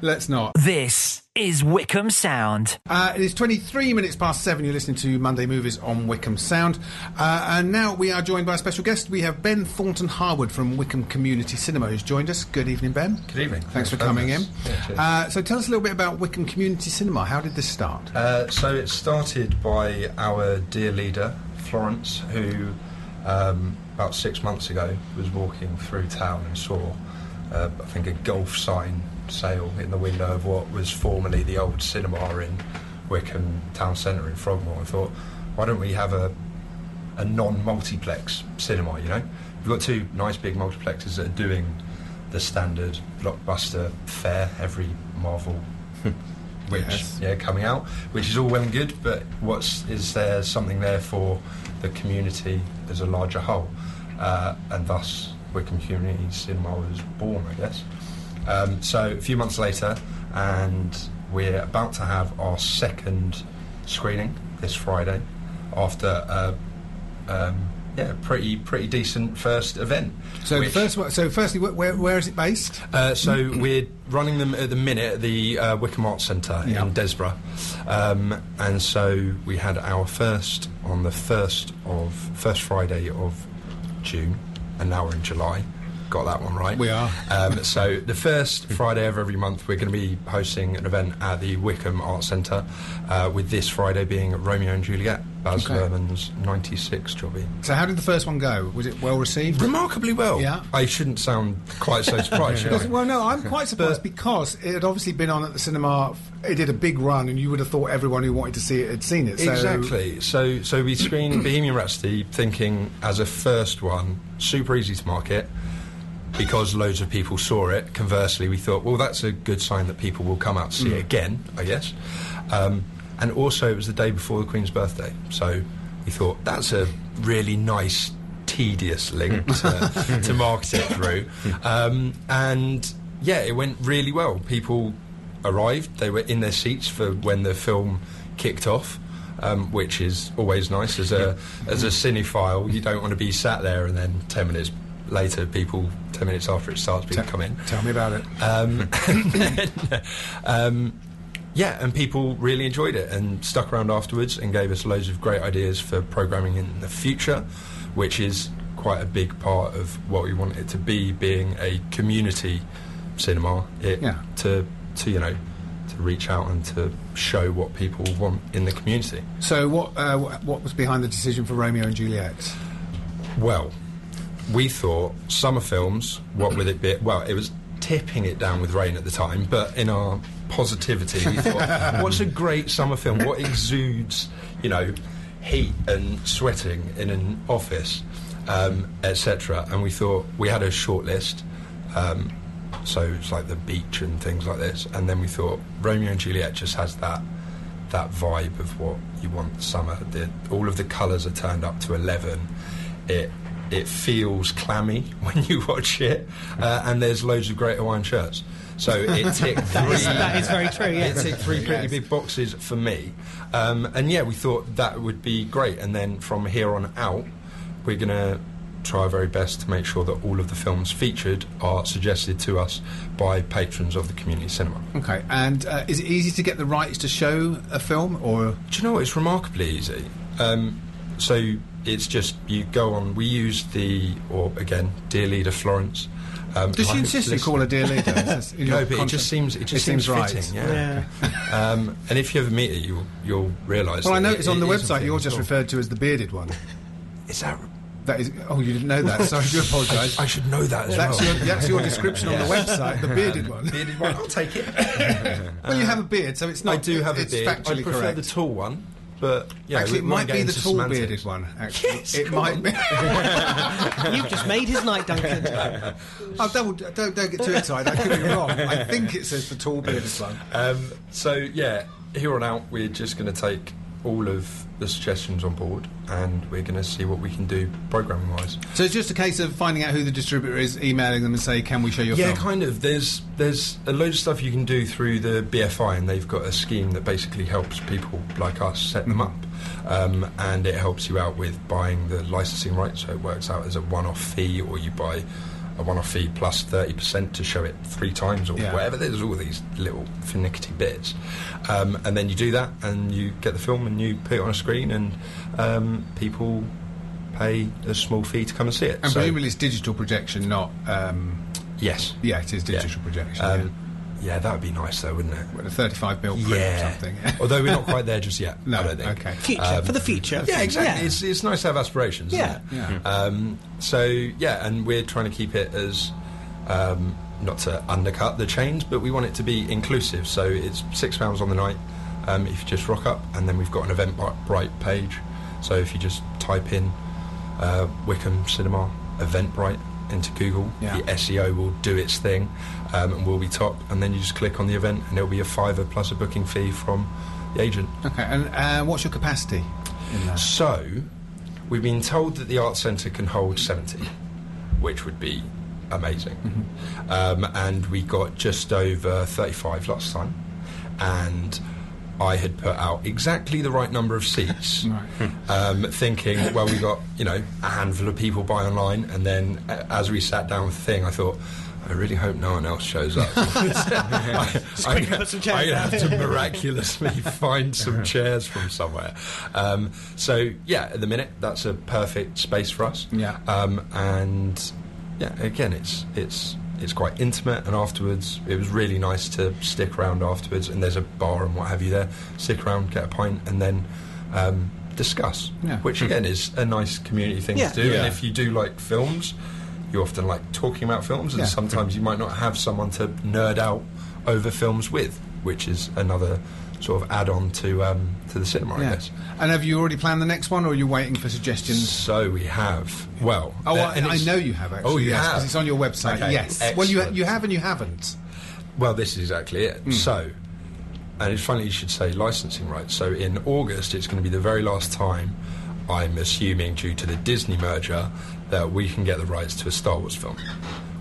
S1: Let's not.
S5: This is Wickham Sound.
S1: Uh, it is 23 minutes past seven. You're listening to Monday Movies on Wickham Sound. Uh, and now we are joined by a special guest. We have Ben Thornton Harwood from Wickham Community Cinema who's joined us. Good evening, Ben.
S9: Good evening.
S1: Thanks, for
S9: having
S1: coming in.
S9: us. Yeah, cheers.
S1: uh, so tell us a little bit about Wickham Community Cinema. How did this start?
S9: Uh, so it started by our dear leader, Florence, who um, about six months ago was walking through town and saw, uh, I think, a golf sign sale in the window of what was formerly the old cinema in Wickham Town Centre in Frogmore and thought, why don't we have a, a non multiplex cinema, you know? We've got two nice big multiplexes that are doing the standard blockbuster fare every Marvel which
S1: Yes.
S9: yeah coming out, which is all well and good. But what's is there something there for the community as a larger whole, uh, and thus Wickham Community Cinema was born, I guess. Um, so a few months later, and we're about to have our second screening this Friday after a um, yeah pretty pretty decent first event.
S1: So
S9: which-
S1: first, one- so firstly, wh- where, where is it based?
S9: uh, so we're running them at the minute at the uh, Wickham Arts Centre
S1: Yeah.
S9: in Desborough, um, and so we had our first on the first of first Friday of June, and now we're in July. Got that one right.
S1: We are.
S9: Um, so the first Friday of every month, we're going to be hosting an event at the Wickham Arts Centre, uh, with this Friday being Romeo and Juliet, Baz
S1: Okay.
S9: Luhrmann's '96 jobby.
S1: So how did the first one go? Was it well received?
S9: Remarkably well.
S1: Yeah.
S9: I shouldn't sound
S1: (laughs)
S9: quite so surprised. should I?
S1: Well, no, I'm quite surprised
S9: But-
S1: because it had obviously been on at the cinema. It did a big run, and you would have thought everyone who wanted to see it had seen it. So
S9: Exactly. So, so we screened Bohemian Rhapsody, thinking as a first one, super easy to market because loads of people saw it. Conversely, we thought, well, that's a good sign that people will come out to see it again, I guess. Um, and also, it was the day before the Queen's birthday, so we thought that's a really nice, tedious link to, to market it through. Um, and yeah, it went really well. People arrived; they were in their seats for when the film kicked off. Um, which is always nice as a as a cinephile. You don't want to be sat there and then ten minutes later, people ten minutes after it starts, people come in.
S1: Tell me about it.
S9: Um, um, yeah, and people really enjoyed it and stuck around afterwards and gave us loads of great ideas for programming in the future, which is quite a big part of what we want it to be, being a community cinema. It,
S1: Yeah.
S9: To to you know to reach out and to show what people want in the community.
S1: So what uh, wh- what was behind the decision for Romeo and Juliet?
S9: Well, we thought summer films, what would it be? Well, it was tipping it down with rain at the time, but in our positivity, we thought, what's a great summer film? What exudes, you know, heat and sweating in an office, um, etc.? And we thought we had a short list. Um, so it's like the beach and things like this, and then we thought Romeo and Juliet just has that that vibe of what you want summer. The, all of the colours are turned up to eleven. It it feels clammy (laughs) when you watch it, uh, and there's loads of great Hawaiian shirts. So
S3: (laughs)
S9: it ticked three.
S3: that is very true,
S9: It
S3: yes.
S9: ticked three pretty big boxes for me, um, and yeah, we thought that would be great. And then from here on out, we're gonna try our very best to make sure that all of the films featured are suggested to us by patrons of the community cinema.
S1: Okay, and uh, is it easy to get the rights to show a film, or
S9: Do you know what? It's remarkably easy. Um, so it's just you go on. We use the or again, dear leader Florence. Um,
S1: does she
S9: I hope
S1: insist you
S9: listen-
S1: call her dear
S9: (laughs)
S1: leader? Is this in
S9: No,
S1: your
S9: but it
S1: contract?
S9: just seems it just
S1: seems,
S9: seems,
S1: right.
S9: fitting.
S3: Yeah.
S9: Yeah. um, and if you ever meet her, you'll you'll realise.
S1: Well, I
S9: that
S1: know
S9: it-
S1: it's on
S9: it
S1: the
S9: is a
S1: website.
S9: thing
S1: You're
S9: as
S1: just
S9: well.
S1: referred to as the bearded one.
S9: Is that?
S1: That is. Oh, you didn't know
S9: (laughs)
S1: that. Sorry, I do apologise.
S9: I, I should know that
S1: (laughs)
S9: as
S1: That's
S9: well.
S1: your, that's your description on the website, the bearded one.
S9: Bearded one, I'll take it.
S1: (laughs) Well, you have a beard, so it's not.
S9: (laughs) I do have a
S1: it's
S9: beard.
S1: Factually
S9: I prefer
S1: correct.
S9: the tall one, but yeah,
S1: actually,
S9: we
S1: it
S9: won't
S1: might
S9: get
S1: be the
S9: into
S1: tall
S9: semantics.
S1: bearded one. Actually,
S9: Yes,
S1: it
S9: come
S1: might
S9: on.
S1: be.
S3: You've just made his night, Duncan.
S1: I've double. Oh, Don't, don't get
S9: (laughs)
S1: too excited. I could be wrong. I think it says the tall bearded one.
S9: Um, so yeah, here on out, we're just going to take all of the suggestions on board, and we're going to see what we can do programming wise.
S1: So it's just a case of finding out who the distributor is, emailing them, and say, "Can we show your
S9: Yeah,
S1: film?"
S9: kind of. There's there's a load of stuff you can do through the BFI, and they've got a scheme that basically helps people like us set them up, um, and it helps you out with buying the licensing rights. So it works out as a one-off fee, or you buy a one-off fee plus thirty percent to show it three times, or
S1: Yeah.
S9: whatever. There's all these little finicky bits, um, and then you do that, and you get the film, and you put it on a screen, and um, people pay a small fee to come and see it.
S1: and
S9: So-
S1: presumably it's digital projection, not. Um,
S9: yes.
S1: yeah, it is digital projection.
S9: Um, yeah, that would be nice though, wouldn't it?
S1: yeah. With a 35 mil print or
S9: (laughs)
S1: something.
S9: Although we're not quite there just yet.
S1: (laughs) No,
S9: I don't think.
S1: okay.
S3: Future,
S9: Um,
S3: for the future.
S9: Yeah, exactly. It's, it's nice to have aspirations. isn't
S3: Yeah.
S9: it?
S1: Yeah.
S9: Um, so yeah, and we're trying to keep it as um, not to undercut the chains, but we want it to be inclusive. So it's six pounds on the night um, if you just rock up, and then we've got an Eventbrite page. So if you just type in uh, Wickham Cinema Eventbrite into Google,
S1: Yeah.
S9: the SEO will do its thing, um, and we'll be top. And then you just click on the event, and it'll be a fiver plus a booking fee from the agent.
S1: Okay, and uh, what's your capacity in that?
S9: So, we've been told that the Arts Centre can hold 70, which would be amazing. Um, and we got just over 35 last time. And I had put out exactly the right number of seats, um, thinking, well, we got you know a handful of people buy online, and then uh, as we sat down with the thing, I thought. I really hope no one else
S1: (laughs)
S9: shows up. I, I, I have to
S1: (laughs)
S9: miraculously find some chairs from somewhere. Um, so yeah, at the minute that's a perfect space for us.
S1: Yeah.
S9: Um, and yeah, again, it's it's it's quite intimate. And afterwards, it was really nice to stick around afterwards. And there's a bar and what have you there. Stick around, get a pint, and then um, discuss.
S1: Yeah.
S9: Which again is a nice community thing
S3: Yeah.
S9: to do.
S1: Yeah.
S9: And if you do like films, you often like talking about films, and
S1: Yeah.
S9: sometimes you might not have someone to nerd out over films with, which is another sort of add-on to um, to the cinema, I
S1: Yeah.
S9: guess.
S1: And have you already planned the next one, or are you waiting for suggestions?
S9: So we have. Well,
S1: Oh,
S9: there-
S1: I,
S9: and
S1: I
S9: it's-
S1: know you have actually.
S9: Oh, you
S1: yes, 'cause
S9: have.
S1: it's on your website.
S9: Okay,
S1: Yes. Well, you ha-
S9: excellent.
S1: you have and you haven't.
S9: Well, this is exactly it. So, and it's funny you should say licensing rights. So, in August, it's going to be the very last time, I'm assuming, due to the Disney merger, that we can get the rights to a Star Wars film,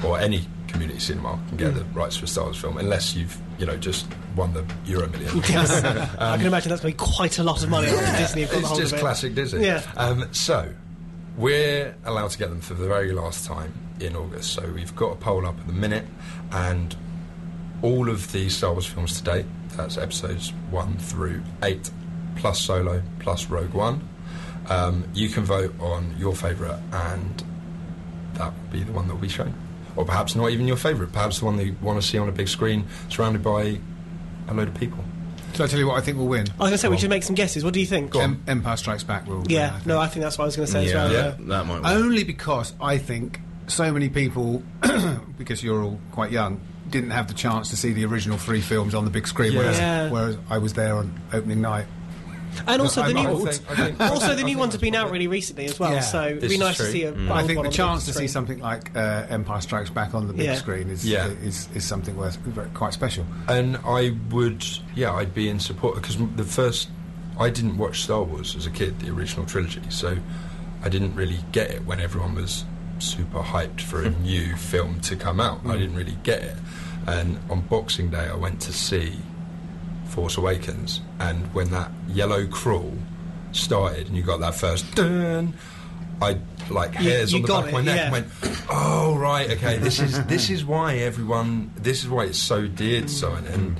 S9: or any community cinema can get the rights to a Star Wars film, unless you've, you know, just won the Euro Million.
S3: I can imagine that's going to be quite a lot of money. after Disney have got the
S9: It's
S3: hold
S9: just
S3: of it.
S9: classic Disney.
S3: Yeah.
S9: Um, so we're allowed to get them for the very last time in August. So we've got a poll up at the minute, and all of the Star Wars films to date, that's episodes one through eight, plus Solo, plus Rogue One. Um, you can vote on your favourite, and that will be the one that will be shown. Or perhaps not even your favourite, perhaps the one that you want to see on a big screen surrounded by a load of people.
S1: So I tell you what, I think we'll win.
S3: I was going to say we should make some guesses. What do you think? Um,
S1: Em- Empire Strikes Back will. win,
S3: Yeah,
S1: I think.
S3: no, I think that's what I was going to say as
S2: Yeah,
S3: well.
S9: Yeah.
S3: yeah.
S2: that might. Work.
S1: Only because I think so many people, (clears throat) because you're all quite young, didn't have the chance to see the original three films on the big screen.
S9: Yeah.
S1: Whereas,
S3: Yeah.
S1: whereas I was there on opening night.
S3: And also the
S1: I'm
S3: new, (laughs)
S1: old.
S3: also the new ones
S9: (laughs)
S3: have been out really recently as well.
S1: Yeah.
S3: So it'd
S9: This
S3: be
S9: is
S3: nice to
S9: true.
S3: see a. old
S1: Mm. I think
S3: one
S1: the
S3: on
S1: chance
S3: big
S1: to see
S3: screen.
S1: something like uh, Empire Strikes Back on the big
S3: Yeah.
S1: screen is,
S9: Yeah.
S1: is is something worth very- quite special.
S9: And I would, yeah, I'd be in support because the first, I didn't watch Star Wars as a kid, the original trilogy, so I didn't really get it when everyone was super hyped for
S3: (laughs)
S9: a new film to come out.
S3: Mm.
S9: I didn't really get it. And on Boxing Day, I went to see Force Awakens, and when that yellow crawl started, and you got that first dun, I like hairs
S3: you
S9: on the
S3: got
S9: back of my
S3: it,
S9: neck
S3: yeah.
S9: went, oh right, okay, this is this is why everyone, this is why it's so dear to someone,
S3: Mm.
S9: and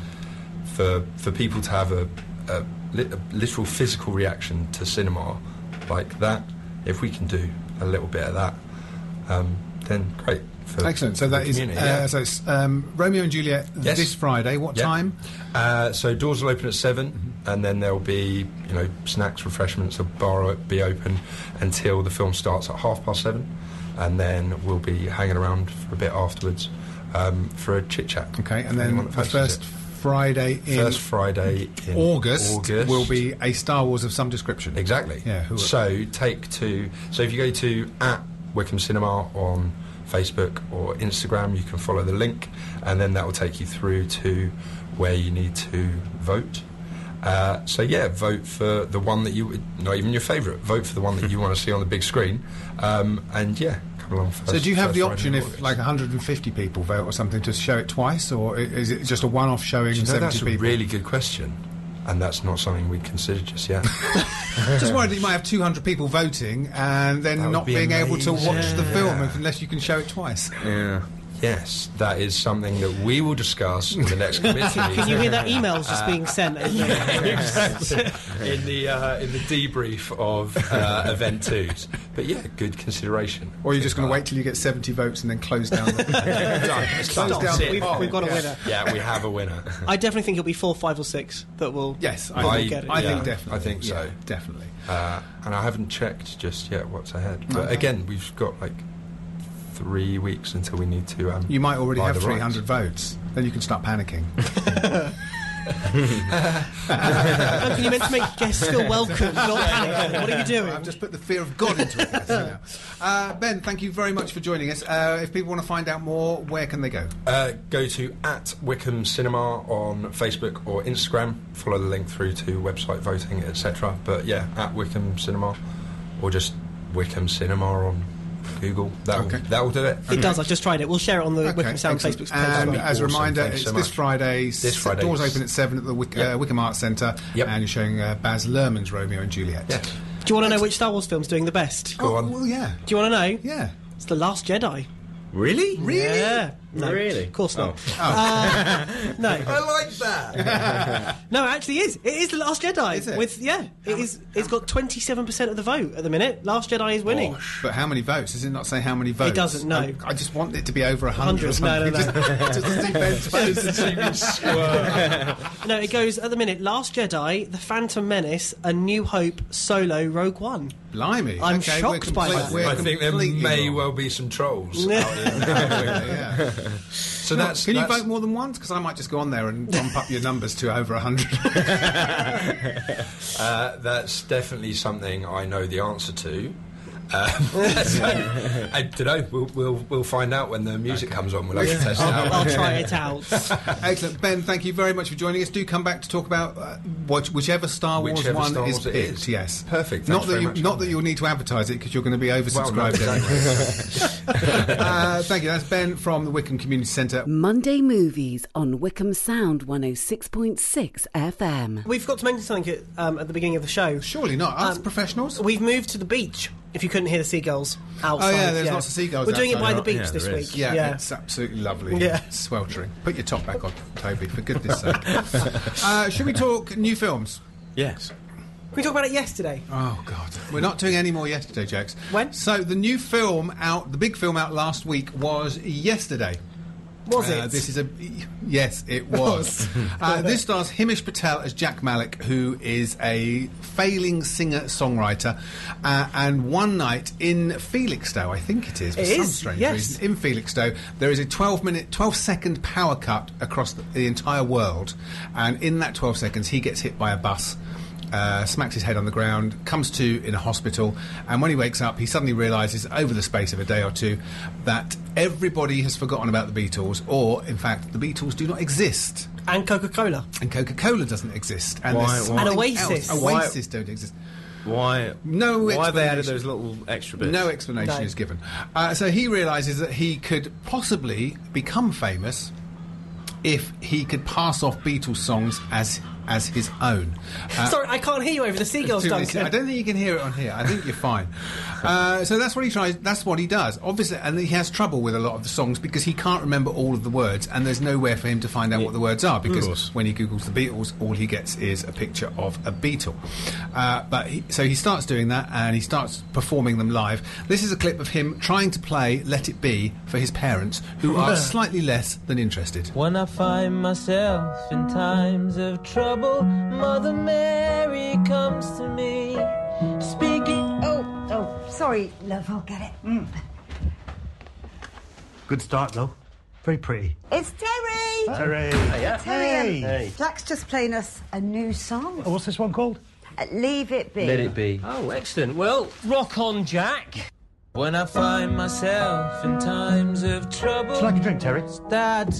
S9: for for people to have a, a, li- a literal physical reaction to cinema like that, if we can do a little bit of that, um, then great. For
S1: Excellent. So
S9: for the
S1: that is
S9: community, yeah.
S1: uh, so it's um, Romeo and Juliet
S9: Yes.
S1: this Friday. What
S9: Yeah.
S1: time?
S9: Uh, so doors will open at 7
S1: Mm-hmm.
S9: and then there'll be you know snacks, refreshments. The bar will be open until the film starts at half past seven, and then we'll be hanging around for a bit afterwards um, for a chit chat.
S1: Okay,
S9: If
S1: and then
S9: anyone
S1: the
S9: fancies
S1: first
S9: it.
S1: Friday in
S9: first Friday in
S1: August,
S9: August
S1: will be a Star Wars of some description.
S9: Exactly.
S1: Yeah, who-
S9: so take to. So if you go to at Wickham Cinema on Facebook or Instagram, you can follow the link, and then that will take you through to where you need to vote. Uh, so yeah, vote for the one that you not even your favourite. Vote for the one
S1: (laughs)
S9: that you want to see on the big screen, um, and yeah, come along. First,
S1: So do you have
S9: first
S1: the
S9: Friday
S1: option
S9: in
S1: if
S9: August.
S1: like 150 people vote or something to show it twice, or i- is it just a one-off showing?
S9: Do you know,
S1: 70
S9: that's a
S1: people.
S9: really good question, and that's not something we considered
S1: (laughs)
S9: just yet.
S1: just worried that you might have 200 people voting and then
S9: That would
S1: not
S9: be
S1: being able to
S9: amazing.
S1: watch the
S9: Yeah.
S1: film if- unless you can show it twice.
S2: Yeah.
S9: yes, that is something that we will discuss in the
S1: (laughs)
S9: next committee.
S3: Can you hear
S9: (laughs)
S3: that emails just being sent? isn't it?
S9: in the uh, in the debrief of uh, (laughs) event twos. But yeah, good consideration.
S1: Or you're just going to wait till you get 70 votes and then close down
S9: (laughs)
S1: the.
S9: Done.
S1: close
S9: Done.
S1: down the
S3: We've,
S1: poll.
S3: we've got a
S1: Yeah.
S3: winner.
S9: Yeah, we have a winner.
S3: I definitely think it'll be four, five, or six that will. (laughs)
S1: Yes, I,
S9: I-
S1: think,
S3: get it.
S1: I
S9: yeah,
S1: think definitely.
S9: I think so.
S1: Yeah, definitely.
S9: Uh, and I haven't checked just yet what's ahead. But again, we've got like three weeks until we need to. Um,
S1: You might already
S9: buy
S1: have
S9: the rights.
S1: 300 votes. Then you can start
S9: (laughs)
S1: panicking.
S3: Anthony, you meant to make guests feel welcome, not panic.
S1: (laughs)
S3: What are you
S1: I've
S3: doing?
S1: just put the fear of God into it. that's
S9: (laughs)
S1: it now. Uh, ben, thank you very much for joining us. Uh, if people want to find out more, where can they go?
S9: Uh, go to at Wickham Cinema on Facebook or Instagram. Follow the link through to website voting, etc. But yeah, at Wickham Cinema, or just Wickham Cinema on Google. That will
S1: Okay.
S9: that will do it.
S3: It does. I just tried it. We'll share it on the
S1: Okay,
S3: Wickham Sound Facebook
S1: excellent. Um,
S3: page.
S1: And
S9: well.
S1: as a
S9: Awesome,
S1: reminder,
S9: thanks
S1: it's
S9: so
S1: this
S9: much.
S1: Friday.
S9: This Friday.
S1: Doors open at 7 at the Wick, uh,
S9: Yep.
S1: Wickham Arts Centre.
S9: Yep.
S1: And you're showing uh, Baz Luhrmann's Romeo and Juliet.
S9: Yes.
S3: Do you want to know which Star Wars film's doing the best?
S1: Oh,
S9: Go on.
S1: well, yeah.
S3: Do you want to know?
S1: Yeah.
S3: It's The Last Jedi.
S2: Really? Really?
S3: Yeah. No,
S2: Really?
S3: Of course not. Uh,
S2: Oh.
S3: No.
S1: (laughs)
S9: I like that.
S3: No, it actually is. It is The Last Jedi.
S1: Is it?
S3: With yeah, it is. It's got twenty seven percent of the vote at the minute. Last Jedi is winning.
S1: But how many votes? Does it not say how many votes?
S3: doesn't, no.
S1: I, I just want it to be over 100.
S3: Hundreds, no, no,
S1: no. just just see Ben's face and see me squirm.
S3: No, it goes at the minute. Last Jedi, The Phantom Menace, A New Hope, Solo, Rogue One.
S1: (laughs) Blimey.
S3: I'm
S1: okay, we're
S3: shocked by
S1: complete-
S3: that.
S1: we're
S9: I think there
S1: completely
S9: may
S1: wrong.
S9: well be some trolls.
S1: Oh. Yeah.
S9: So that's
S1: Can you
S9: that's-
S1: vote more than once? Because I might just go on there and bump up your numbers to
S3: (laughs)
S1: over 100.
S9: Uh, that's definitely something I know the
S1: (laughs)
S9: answer to. Um, (laughs) so, I don't know. We'll, we'll, we'll find out when the music comes on. We'll have to test it out.
S3: I'll try it out.
S1: Excellent. Ben, thank you very much for joining us. Do come back to talk about uh, what, whichever Star Wars
S9: Whichever
S1: one
S9: Star
S1: is
S9: Wars it
S1: picked.
S9: is.
S1: Yes.
S9: Perfect.
S1: Not
S9: Thanks
S1: that,
S9: very
S1: you,
S9: much.
S1: not that you'll need to advertise it because you're going to be
S9: Well,
S1: oversubscribed.
S9: not exactly.
S1: (laughs) uh, thank you. That's Ben from the Wickham Community Centre.
S6: Monday Movies on Wickham Sound 106.6 FM.
S3: We've got to mention something at, um, at the beginning of the show.
S1: Surely not. Us
S3: Um,
S1: professionals.
S3: We've moved to the beach. If you couldn't hear the seagulls outside,
S1: Oh, yeah, there's lots of seagulls
S3: We're doing it
S1: outside.
S3: by the beach
S2: Yeah,
S3: this
S2: there
S3: week.
S2: is.
S1: yeah,
S3: yeah.
S1: it's absolutely lovely.
S3: Yeah.
S1: Sweltering. Put your top back on, Toby,
S3: (laughs)
S1: for goodness sake. uh, should we talk new films?
S2: (laughs) Yes.
S3: Can we talk about it yesterday?
S1: Oh God, we're not doing any more yesterday jokes.
S3: When?
S1: So the new film out, the big film out last week was yesterday.
S3: Was
S1: Uh,
S3: it? Oh,
S1: This is a yes,
S3: (laughs)
S1: it was. uh, this stars Himish Patel as Jack Malik, who is a failing singer-songwriter, uh, and one night in Felixstowe, I think it is, for
S3: It
S1: some
S3: is,
S1: strange
S3: yes.
S1: reason, in Felixstowe, there is a 12-minute, 12-second power cut across the, the entire world, and in that 12 seconds, he gets hit by a bus. Uh, smacks his head on the ground, comes to in a hospital, and when he wakes up, he suddenly realises over the space of a day or two that everybody has forgotten about the Beatles, or in fact, the Beatles do not exist,
S3: and Coca Cola.
S1: and Coca Cola doesn't exist, and,
S2: Why-
S1: there's
S2: why-
S3: And
S1: something
S3: Oasis.
S1: else.
S2: Why-
S1: Oasis don't exist.
S2: Why?
S1: No
S2: Why they
S1: explanation.
S2: added those little extra bits?
S1: No explanation
S3: No.
S1: is given. Uh, so he realizes that he could possibly become famous if he could pass off Beatles songs as as his own.
S3: (laughs)
S1: Uh,
S3: Sorry, I can't hear you over the
S1: (laughs)
S3: seagulls,
S1: too many se-
S3: Duncan.
S1: I don't think you can hear it on here. I think you're fine. Uh, so that's what he tries. That's what he does. Obviously, and he has trouble with a lot of the songs because he can't remember all of the words, and there's nowhere for him to find out what the words are. Because
S2: course.
S1: when he googles the Beatles, all he gets is a picture of a beetle. Uh, but he, so he starts doing that, and he starts performing them live. This is a clip of him trying to play "Let It Be" for his parents, who are slightly less than interested.
S4: When I find myself in times of trouble, Mother Mary comes to me, speaking.
S10: Oh, oh, sorry, love, I'll get it. Mm.
S4: Good start, though. Very pretty.
S10: It's Terry!
S4: Hooray!
S10: Terry! um,
S4: Uh, Hey.
S10: Jack's just playing us a new song.
S4: What's this one called?
S10: Uh, Leave it be.
S4: be. Oh, excellent. Well, rock on, Jack. When I find myself in times of trouble. Would you like a drink, Terry? Dad.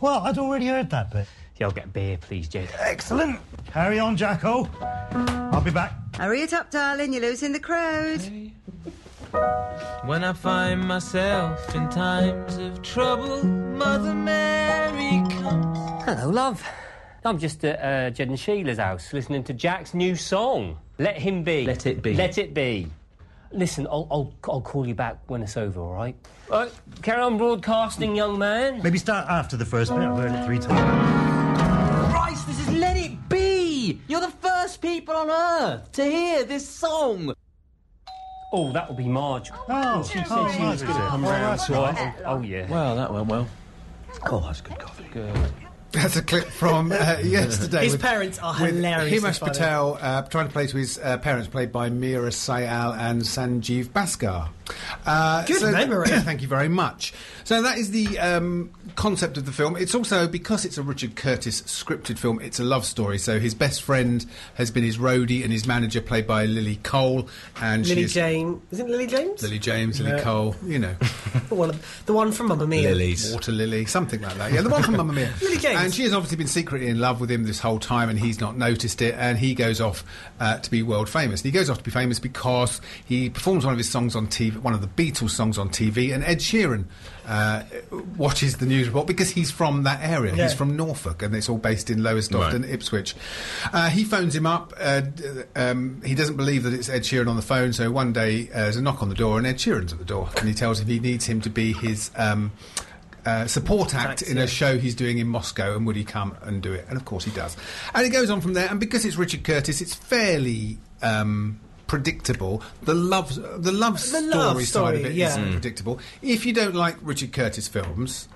S4: Well, I'd already heard that bit. Yeah, I'll get a beer, please, Jake. Excellent. Carry on, Jacko. I'll be back.
S10: Hurry it up, darling, you're losing the crowd.
S4: When I find myself in times of trouble, Mother Mary comes. Hello, love. I'm just at uh, Jed and Sheila's house listening to Jack's new song. Let him be. Let it be. Let it be. Listen, I'll, I'll, I'll call you back when it's over, all right? Uh, carry on broadcasting, young man. Maybe start after the first bit. I've heard it three times. Christ, this is Let It Be! You're the first people on earth to hear this song. Oh, that will be Marge. Oh, she said she was going to come round. so I- oh, yeah. Well, that went well. Oh, that's good coffee. Good.
S1: (laughs) That's a clip from uh,
S3: (laughs)
S1: yesterday.
S3: His parents are
S1: with
S3: hilarious and
S1: Himesh
S3: funny.
S1: Patel uh, trying to play to his uh, parents, played by Mira Sayal and Sanjeev Bhaskar. Uh,
S3: Good
S1: so-
S3: memory.
S1: thank you very much. So that is the um, concept of the film. It's also because it's a Richard Curtis scripted film. It's a love story. So his best friend has been his roadie and his manager, played by Lily Cole, and she
S3: Lily
S1: is
S3: James. Isn't it Lily James?
S1: Lily James, Lily Cole. You know.
S3: The one, of- the one from Mamma Mia.
S1: Water Lily, something like that. Yeah, the one from
S11: (laughs)
S1: Mamma Mia.
S3: Lily James.
S1: And she has obviously been secretly in love with him this whole time, and he's not noticed it. And he goes off uh, to be world famous. And he goes off to be famous because he performs one of his songs on TV, one of the Beatles songs on TV, and Ed Sheeran uh, watches the news report because he's from that area.
S11: Yeah.
S1: He's from Norfolk, and it's all based in Lowestoft
S11: Right.
S1: and Ipswich. Uh, he phones him up. Uh, d- um, he doesn't believe that it's Ed Sheeran on the phone, so one day uh, there's a knock on the door, and Ed Sheeran's at the door, and he tells him he needs him to be his. Um, uh, support act in a show he's doing in Moscow, and would he come and do it? And of course he does. And it goes on from there. And because it's Richard Curtis, it's fairly um, predictable. The love, the love
S3: The
S1: story
S3: love
S1: side of
S3: story,
S1: it is
S3: yeah. Mm.
S1: predictable. If you don't like Richard Curtis films.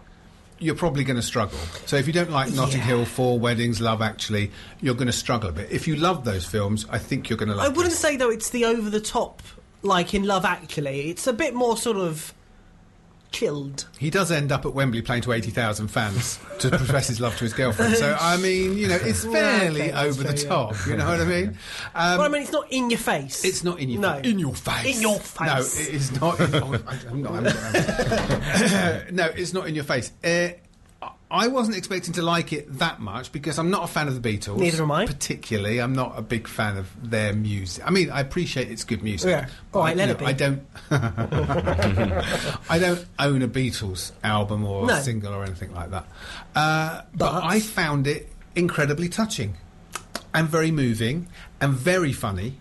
S1: You're probably going to struggle. So if you don't like Notting Hill, Four Weddings, Love Actually, you're going to struggle a bit. If you love those films, I think you're going to like.
S3: I wouldn't say though it's the over the top like in Love Actually. It's a bit more sort of chilled.
S1: He does end up at Wembley playing to 80,000 fans
S3: (laughs)
S1: to profess his love to his girlfriend. So, I mean, you know, it's
S3: Yeah,
S1: fairly
S3: okay, that's
S1: over the
S3: true, yeah.
S1: top. You know what I mean?
S3: (laughs)
S1: Um,
S3: but I mean, it's not in your face.
S1: it's not in your
S3: no.
S1: face. In your face.
S3: In your
S1: No,
S3: face.
S1: it is not.
S3: (laughs)
S1: In, oh, I- I'm not, I'm not- I'm- no, it's not (laughs) in your face. Uh, I wasn't expecting to like it that much because I'm not a fan of the Beatles.
S3: Neither am I.
S1: Particularly, I'm not a big fan of their music. I mean, I appreciate it's good music.
S3: Yeah.
S1: but
S3: All
S1: I,
S3: right, let
S1: you
S3: it
S1: know,
S3: be.
S1: I don't. I don't own a Beatles album or
S3: No.
S1: a single or anything like that. Uh, but, I found it incredibly touching and very moving and very funny.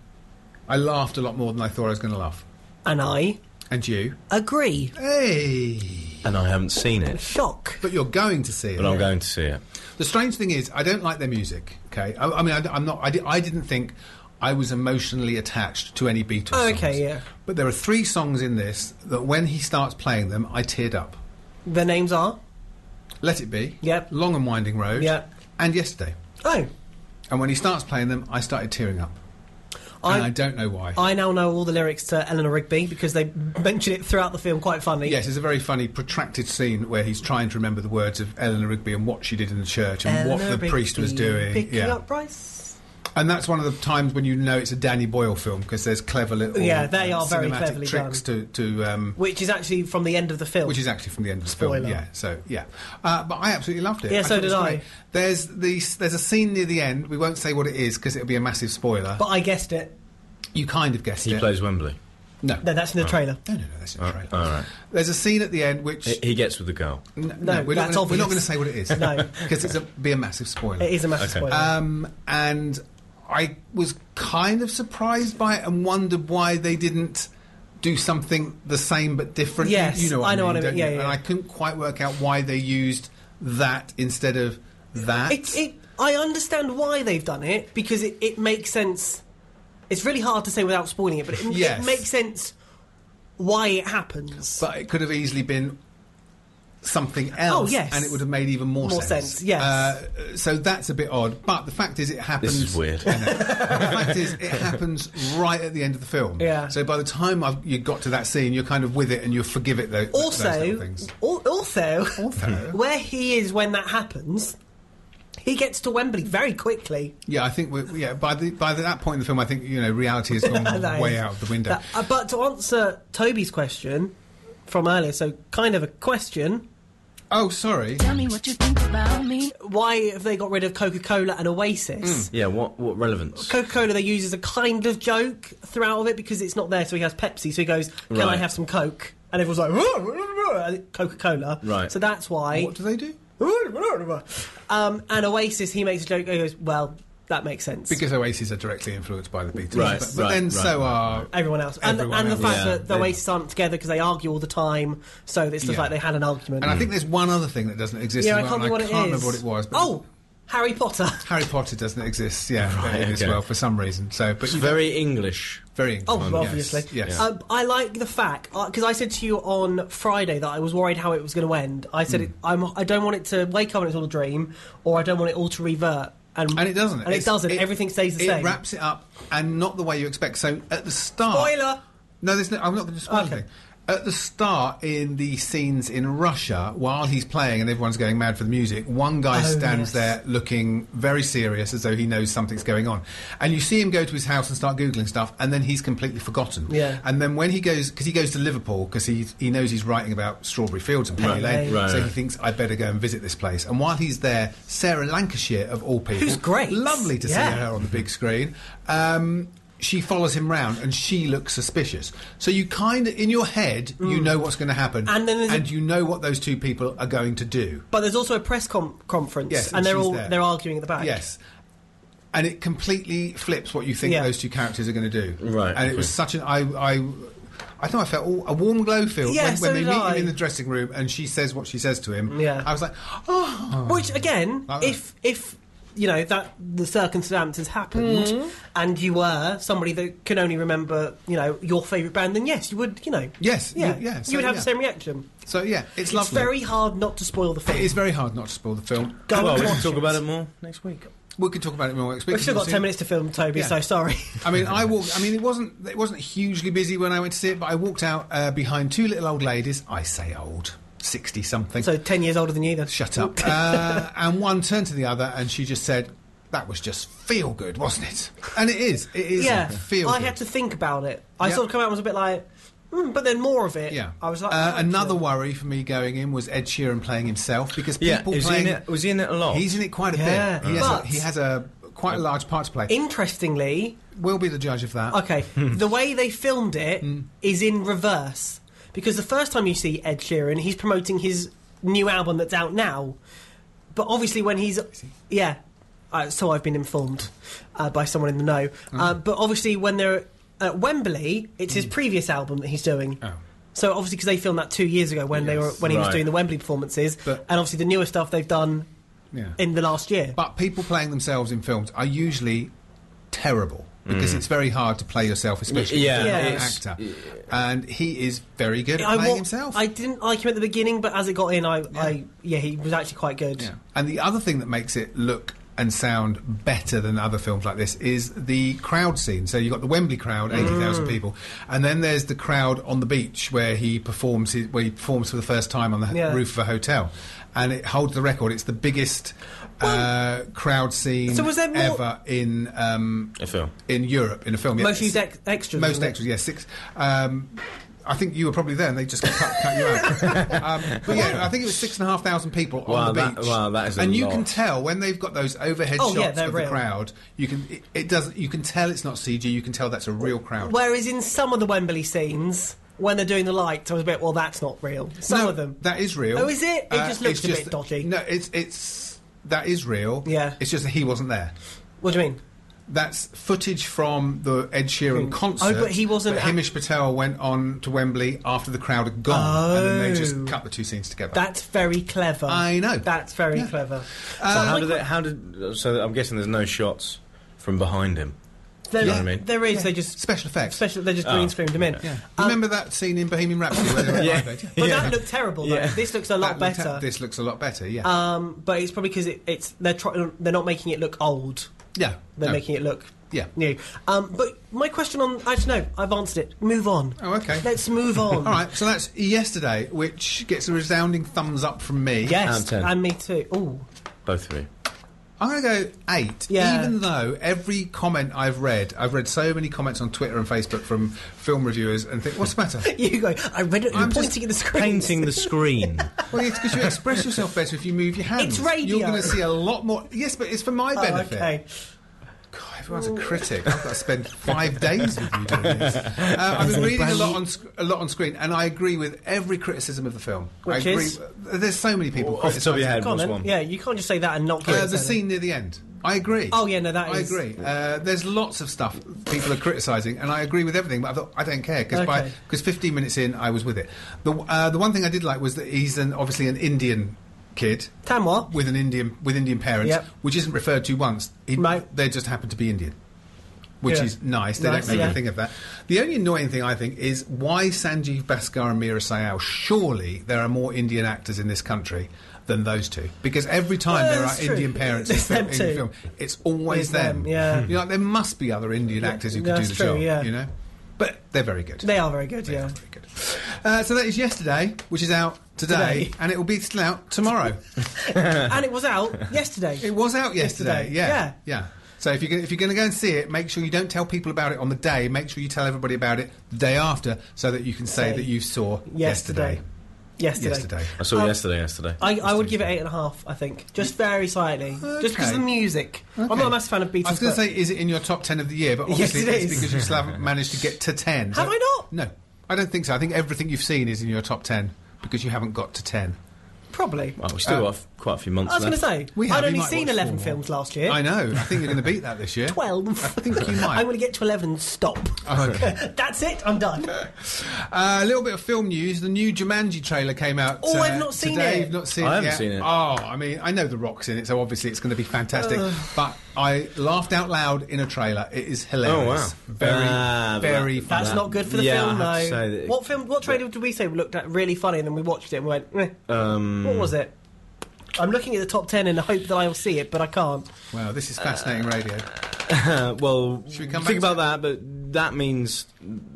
S1: I laughed a lot more than I thought I was going to laugh.
S3: And I.
S1: And you.
S3: Agree.
S1: Hey.
S2: And I haven't seen it.
S3: Shock.
S1: But you're going to see it.
S2: But I'm going to see it.
S1: The strange thing is, I don't like their music. Okay, I, I mean, I, am not. I, di- I didn't think I was emotionally attached to any Beatles.
S3: Oh,
S1: songs.
S3: okay, yeah.
S1: But there are three songs in this that, when he starts playing them, I teared up.
S3: The names are.
S1: Let it be.
S3: Yep.
S1: Long and winding road.
S3: Yep.
S1: And yesterday.
S3: Oh.
S1: And when he starts playing them, I started tearing up.
S3: I-
S1: and I don't know why.
S3: I now know all the lyrics to Eleanor Rigby because they mention it throughout the film. Quite funny.
S1: Yes, it's a very funny, protracted scene where he's trying to remember the words of Eleanor Rigby and what she did in the church and what the
S3: Eleanor
S1: priest was
S3: Rigby,
S1: doing.
S3: Picking
S1: yeah.
S3: up rice.
S1: And that's one of the times when you know it's a Danny Boyle film because there's clever little
S3: Yeah, they
S1: uh,
S3: are very
S1: cinematic
S3: cleverly
S1: tricks to to um,
S3: Which is actually from the end of the film.
S1: which is actually from the end of the
S3: Spoiler.
S1: film. Yeah, so yeah, uh, but I absolutely loved it.
S3: Yeah, so
S1: thought it was
S3: did I.
S1: great. There's the there's a scene near the end. We won't say what it is because it'll be a massive spoiler.
S3: But I guessed it.
S1: you kind of guessed
S2: He
S1: it.
S2: plays Wembley.
S1: no,
S3: No, that's in the
S2: Oh.
S3: trailer.
S1: no, no, no, that's not
S2: Oh,
S1: right.
S2: all right.
S1: There's a scene at the end which.
S2: He- He gets with the girl.
S1: N-
S3: Eh, No,
S1: we're,
S3: that's
S1: not gonna, we're
S3: obvious.
S1: not going to say what it is. (laughs)
S3: No.
S1: because it's a, be a massive spoiler.
S3: It is a massive
S2: Okay.
S3: spoiler.
S1: Um, and I was kind of surprised by it and wondered why they didn't do something the same but different. You-
S3: Yes,
S1: you know what
S3: I
S1: I,
S3: know
S1: mean,
S3: what I mean,
S1: don't you?
S3: yeah, yeah.
S1: And I couldn't quite work out why they used that instead of that.
S3: it, it, I understand why they've done it because it, it makes sense. It's really hard to say without spoiling it, but it, it
S1: Yes.
S3: makes sense why it happens.
S1: but it could have easily been something else
S3: Oh, yes.
S1: and it would have made even more,
S3: More sense, yes.
S1: Uh, so that's a bit odd but the fact is it happens
S2: This is
S1: (laughs)
S2: weird.
S1: the fact is,
S2: (laughs)
S1: it happens right at the end of the film.
S3: Yeah.
S1: So by the time I've, you got to that scene, you're kind of with it and you forgive it. Though those little
S3: also,
S1: things.
S3: al- also,
S1: Also?
S3: (laughs) where he is when that happens, he gets to Wembley very quickly.
S1: yeah, I think we yeah by the by that point in the film, I think you know reality has
S3: (laughs)
S1: gone
S3: That
S1: way
S3: is-
S1: out of the window.
S3: that- uh, but to answer Toby's question from earlier, so kind of a question:
S1: oh, sorry.
S12: Tell me what you think about me.
S3: Why have they got rid of Coca Cola and
S1: Hmm.
S3: Oasis?
S2: Yeah, what what relevance?
S3: Coca Cola they use as a kind of joke throughout of it because it's not there, so he has Pepsi. So he goes, "Can I
S2: Right.
S3: have some Coke?" And everyone's like, "Coca Cola."
S2: Right.
S3: So that's why.
S1: What do they do?
S3: Um, and Oasis, he makes a joke. He goes, "Well, that makes sense."
S1: Because Oasis are directly influenced by the Beatles,
S2: Right,
S1: but, but
S2: right,
S1: then
S2: right,
S1: so
S2: right,
S1: are
S3: everyone else, and,
S1: Everyone
S3: and the
S1: else.
S3: fact
S2: Yeah,
S3: that the
S2: they-
S3: Oasis aren't together because they argue all the time. So it's just
S1: Yeah.
S3: like they had an argument.
S1: And
S2: Hmm.
S1: I think there's one other thing that doesn't exist.
S3: yeah,
S1: as
S3: I
S1: well,
S3: can't,
S1: and
S3: think what it
S1: can't
S3: is.
S1: remember what it was. But
S3: Oh, Harry Potter. (laughs)
S1: Harry Potter doesn't exist. Yeah,
S2: Right,
S1: in this
S2: okay.
S1: world for some reason. So, but
S2: It's
S1: you-
S2: very English.
S1: very
S3: Oh,
S1: inclined,
S3: well,
S1: yes,
S3: obviously.
S1: yes.
S3: Um, I like the fact because I said to you on Friday that I was worried how it was going to end. I
S1: Hmm.
S3: said it, I'm, I don't want it to wake up and it's all a dream, or I don't want it all to revert. And,
S1: And it doesn't.
S3: And it
S1: It's-
S3: doesn't. Everything stays the
S1: it
S3: same.
S1: wraps it up, and not the way you expect. So at the start,
S3: Spoiler.
S1: No, there's no. I'm not going to spoil
S3: Okay.
S1: anything. At the start, in the scenes in Russia, while he's playing and everyone's going mad for the music, one guy
S3: Oh, yes.
S1: stands there looking very serious, as though he knows something's going on. And you see him go to his house and start googling stuff, and then he's completely forgotten.
S3: Yeah.
S1: And then when he goes, because he goes to Liverpool, because he he knows he's writing about Strawberry Fields and Penny
S3: Right,
S1: Lane,
S2: right.
S1: so he thinks I better go and visit this place. And while he's there, Sarah Lancashire of all people,
S3: Who's great.
S1: lovely to see
S3: Yeah.
S1: her on the big screen. Um, she follows him round and she looks suspicious. So you kind of, in your head,
S3: Mm.
S1: you know what's going to happen. And, then and you know what those two people are going to do.
S3: But there's also a press com- conference,
S1: Yes,
S3: and,
S1: and
S3: they're
S1: she's
S3: all
S1: there.
S3: they're arguing at the back.
S1: Yes. And it completely flips what you think
S3: Yeah.
S1: those two characters are going to do.
S2: Right,
S1: And it was
S2: okay.
S1: such an. I, I, I know I felt all, a warm glow filled
S3: Yeah,
S1: when,
S3: so
S1: when they
S3: did
S1: meet
S3: I.
S1: him in the dressing room and she says what she says to him.
S3: Yeah.
S1: I was like,
S3: Oh. Which again,
S1: Like that.
S3: if if you know that the circumstances happened,
S1: Mhm.
S3: and you were somebody that can only remember you know your favourite band, then yes, you would you know
S1: Yes, you-
S3: yeah,
S1: yeah, so,
S3: you would have
S1: yeah.
S3: the same reaction.
S1: So yeah, it's,
S3: It's
S1: lovely.
S3: very hard not to spoil the film.
S1: It is very hard not to spoil the film.
S3: Go
S2: Well,
S3: and
S2: we can
S3: watch
S2: talk
S3: it.
S2: about it more next week.
S1: We can talk about it more next week.
S3: We've still got ten minutes to film, Toby.
S1: Yeah.
S3: So sorry. (laughs)
S1: I mean, I walked. I mean, it wasn't it wasn't hugely busy when I went to see it, but I walked out uh, behind two little old ladies. I say old, sixty something. So
S3: ten years older than you, then. (laughs)
S1: Shut up. uh, and one turned to the other, and she just said, "That was just feel good, wasn't it?" And it is. It is.
S3: yeah,
S1: Feel.
S3: I
S1: good.
S3: had to think about it. I
S1: Yeah.
S3: sort of come out and was a bit like, mm, but then more of it.
S1: Yeah.
S3: I was like,
S1: Uh, another worry for me going in was Ed Sheeran playing himself because
S2: Yeah,
S1: people
S2: is he in
S1: playing
S2: it- was he in it a lot?
S1: He's in it quite a
S3: Yeah,
S1: bit. He has,
S3: but-
S1: a, he has a quite a large part to play.
S3: interestingly,
S1: we'll be the judge of that.
S3: Okay, the way they filmed it
S1: Hmm.
S3: is in reverse because the first time you see Ed Sheeran, he's promoting his new album that's out now. But obviously, when he's yeah, uh, so I've been informed uh, by someone in the know. Uh, but obviously, when they're at Wembley, it's
S1: Hmm.
S3: his previous album that he's doing.
S1: Oh.
S3: So obviously, because they filmed that two years ago when they were when he was
S1: Right.
S3: doing the Wembley performances, and obviously the newer stuff they've done
S1: Yeah.
S3: in the last year.
S1: But people playing themselves in films are usually terrible because
S2: Mm.
S1: it's very hard to play yourself, especially
S2: Yeah,
S1: if you're an
S2: it's-
S1: actor. And he is very good at
S3: I,
S1: playing
S3: wa-
S1: himself.
S3: I didn't like him at the beginning, but as it got in, I yeah, I, yeah he was actually quite good.
S1: And the other thing that makes it look and sound better than other films like this is the crowd scene. So you've got the Wembley crowd, eighty thousand
S3: Mm.
S1: people, and then there's the crowd on the beach where he performs. His, where he performs for the first time on the h-
S3: Yeah.
S1: roof of a hotel, and it holds the record. It's the biggest uh, crowd scene
S3: So was there more-
S1: ever in um,
S2: a film
S1: in Europe in a film. Yeah,
S3: Most used
S1: it's-
S3: ex- extras.
S1: most
S3: wasn't it?
S1: extras, yeah, six. Um, I think you were probably there, and they just cut, cut you out.
S3: (laughs)
S1: Um, but yeah, I think it was six and a half thousand people
S2: Wow,
S1: on the
S2: that-
S1: beach.
S2: wow, that is a
S1: and you
S2: lot.
S1: can tell when they've got those overhead
S3: Oh, yeah,
S1: shots
S3: they're
S1: of
S3: real.
S1: the crowd. You can it, it doesn't. You can tell it's not CG. You can tell that's a real crowd.
S3: Whereas in some of the Wembley scenes, when they're doing the lights, I was a bit, well, that's not real. Some
S1: No,
S3: of them.
S1: that is real. Uh,
S3: Oh, is it? It just
S1: it's
S3: looks a bit dodgy.
S1: No, it's it's that is real.
S3: Yeah.
S1: It's just that he wasn't there.
S3: What do you mean?
S1: That's footage from the Ed
S3: Hmm.
S1: Sheeran concert.
S3: Oh, but he wasn't
S1: But
S3: at-
S1: Hamish Patel went on to Wembley after the crowd had gone, and then they
S3: Oh.
S1: just cut the two scenes together.
S3: That's very clever. I know. That's very clever.
S2: so how did they, how did so I'm guessing there's no shots from behind him.
S3: There,
S2: you know what I mean?
S3: there is. They just
S1: special effects.
S3: Special. They just
S2: Oh,
S3: green screened them in.
S1: Yeah. Remember that scene in Bohemian Rhapsody? Where they
S3: (laughs)
S1: were
S3: Yeah.
S1: yeah. yeah.
S3: But that looked terrible. Though.
S1: Yeah.
S3: This looks a lot
S1: That looked-
S3: better.
S1: this looks a lot better. Yeah.
S3: Um, but it's probably because it, it's they're try- they're not making it look old.
S1: Yeah,
S3: they're
S1: no.
S3: making it look
S1: Yeah.
S3: new. Um, but my question on actually no, I've answered it. Move on.
S1: Oh, okay.
S3: Let's
S1: (laughs)
S3: move on.
S1: All right. So that's yesterday, which gets a resounding thumbs up from me.
S3: Yes, and me too. Ooh,
S2: Both of you.
S1: I'm going to go eight.
S3: Yeah.
S1: Even though every comment I've read, I've read so many comments on Twitter and Facebook from film reviewers and think, what's the matter?
S3: you go. I read it. You're pointing at the screen.
S2: Painting (laughs) the screen.
S1: Well, it's because you express yourself better if you move your hands.
S3: It's radio.
S1: You're going to see a lot more. Yes, but it's for my
S3: Oh,
S1: benefit.
S3: okay.
S1: God, everyone's a critic. I've got to spend five days with you
S3: (laughs)
S1: doing this. Uh, I've
S3: Is
S1: been
S3: it
S1: reading a
S3: brand
S1: lot
S3: new-
S1: on sc- a lot on screen, and I agree with every criticism of the film.
S3: Which
S1: I agree.
S3: is?
S1: There's so many people.
S2: Off the top of your head,
S1: criticising.
S2: what's one?
S3: Yeah, you can't just say that and not get
S1: Uh,
S3: it,
S1: the
S3: can you?
S1: scene near the end. I agree.
S3: Oh, yeah, no, that
S1: I
S3: is-
S1: agree. Uh, there's lots of stuff people are criticising, and I agree with everything. But I thought I don't care because
S3: Okay.
S1: 15 minutes in, I was with it. The uh, the one thing I did like was that he's an obviously an Indian kid,
S3: Tamwa,
S1: with an Indian with Indian parents,
S3: Yep.
S1: which isn't referred to once. He, They just happen to be Indian. Which
S3: Yeah.
S1: is nice. They
S3: Nice,
S1: don't make
S3: yeah.
S1: a thing of that. The only annoying thing I think is why Sanjeev Bhaskar and Mira Sayal. Surely there are more Indian actors in this country than those two, because every time
S3: Well,
S1: there
S3: that's
S1: are
S3: true.
S1: Indian parents in
S3: It's
S1: film,
S3: them
S1: in
S3: too.
S1: film, it's always
S3: It's
S1: them.
S3: them, yeah.
S1: you know, there must be other Indian actors who could do
S3: that's
S1: the
S3: true,
S1: job.
S3: yeah.
S1: You know, but they're very good.
S3: They are very good.
S1: (laughs)
S3: yeah.
S1: Uh, so that is yesterday, which is out today,
S3: Today.
S1: and it will be still out tomorrow.
S3: (laughs) and it was out yesterday.
S1: It was out yesterday.
S3: Yeah.
S1: Yeah, yeah. So if you're gonna- if you're going to go and see it, make sure you don't tell people about it on the day. Make sure you tell everybody about it the day after, so that you can say
S3: Say.
S1: that you saw
S3: Yesterday.
S1: yesterday.
S3: Yesterday.
S2: I saw
S3: Um,
S2: yesterday. Yesterday.
S3: I, I would give it eight and a half. I think just very slightly, just because of
S1: Okay.
S3: the music. I'm not a massive fan of Beatles.
S1: I was going to
S3: but-
S1: say, is it in your top 10 of the year? But obviously,
S3: Yes, it
S1: it's
S3: is.
S1: because you still haven't managed to get to 10.
S3: Have I not?
S1: No, I don't think so. I think everything you've seen is in your top 10 because you haven't got to 10.
S3: probably.
S2: Well, we still
S1: Uh,
S2: got f- quite a few months.
S3: I was going to
S2: left.
S3: say
S1: We have,
S3: I'd
S1: you
S3: only
S1: might
S3: seen
S1: watch
S3: eleven
S1: four
S3: films last year.
S1: I know. I think you're going to beat that this
S3: (laughs)
S1: year.
S3: Twelve. I think
S1: you might.
S3: I'm going to get to eleven. Stop.
S1: Okay.
S3: (laughs) That's it. I'm
S1: (laughs)
S3: done.
S1: Uh, a little bit of film news. The new Jumanji trailer came out.
S3: Oh,
S1: uh,
S3: I've not seen
S1: today.
S3: it.
S1: You've not seen
S2: I
S1: it
S2: haven't
S1: yet.
S2: seen it.
S1: Oh, I mean, I know The Rock's in it, so obviously it's going to be fantastic.
S2: Ugh.
S1: but I laughed out loud in a trailer. It is hilarious.
S2: Oh, wow.
S1: Very,
S2: Ah,
S1: very.
S2: that-
S1: funny.
S3: That's not good for the
S2: Yeah,
S3: film,
S2: I have to
S3: though.
S2: say that-
S3: what film? What trailer did we say we looked at really funny, and then we watched it and went, eh.
S2: Um,
S3: "What was it?" I'm looking at the top ten in the hope that I'll see it, but I can't.
S1: Wow, this
S3: Uh,
S1: is fascinating radio.
S2: Uh, well,
S1: we come
S2: think
S1: back
S2: about that, but that means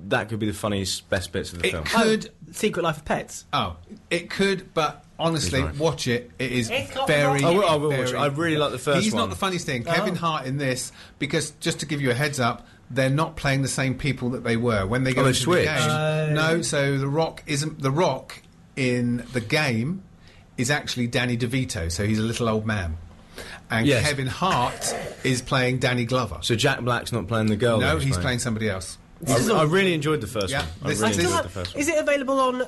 S2: that could be the funniest, best bits of the
S1: It
S2: film.
S1: could.
S3: Secret Life of Pets.
S1: Oh, it could, but honestly,
S2: He's right.
S1: watch it. It is
S3: It's got
S1: very.
S3: the right- I
S2: will- I will
S1: very-
S2: watch it. I really like the first
S1: He's not
S2: one.
S1: the funniest thing.
S3: Oh.
S1: Kevin Hart in this because just to give you a heads up. They're not playing the same people that they were when they go
S2: Oh, they
S1: into
S2: switched.
S1: the game. no, so the Rock isn't the Rock in the game is actually Danny DeVito, so he's a little old man, and
S2: Yes.
S1: Kevin Hart is playing Danny Glover.
S2: So Jack Black's not playing the girl.
S1: no,
S2: that
S1: he's playing somebody else.
S3: This is
S2: I,
S3: all-
S2: I really enjoyed the first
S1: Yeah,
S2: one. I
S1: this
S2: really
S1: is-
S2: enjoyed
S1: I
S2: the first one.
S3: Is it available on?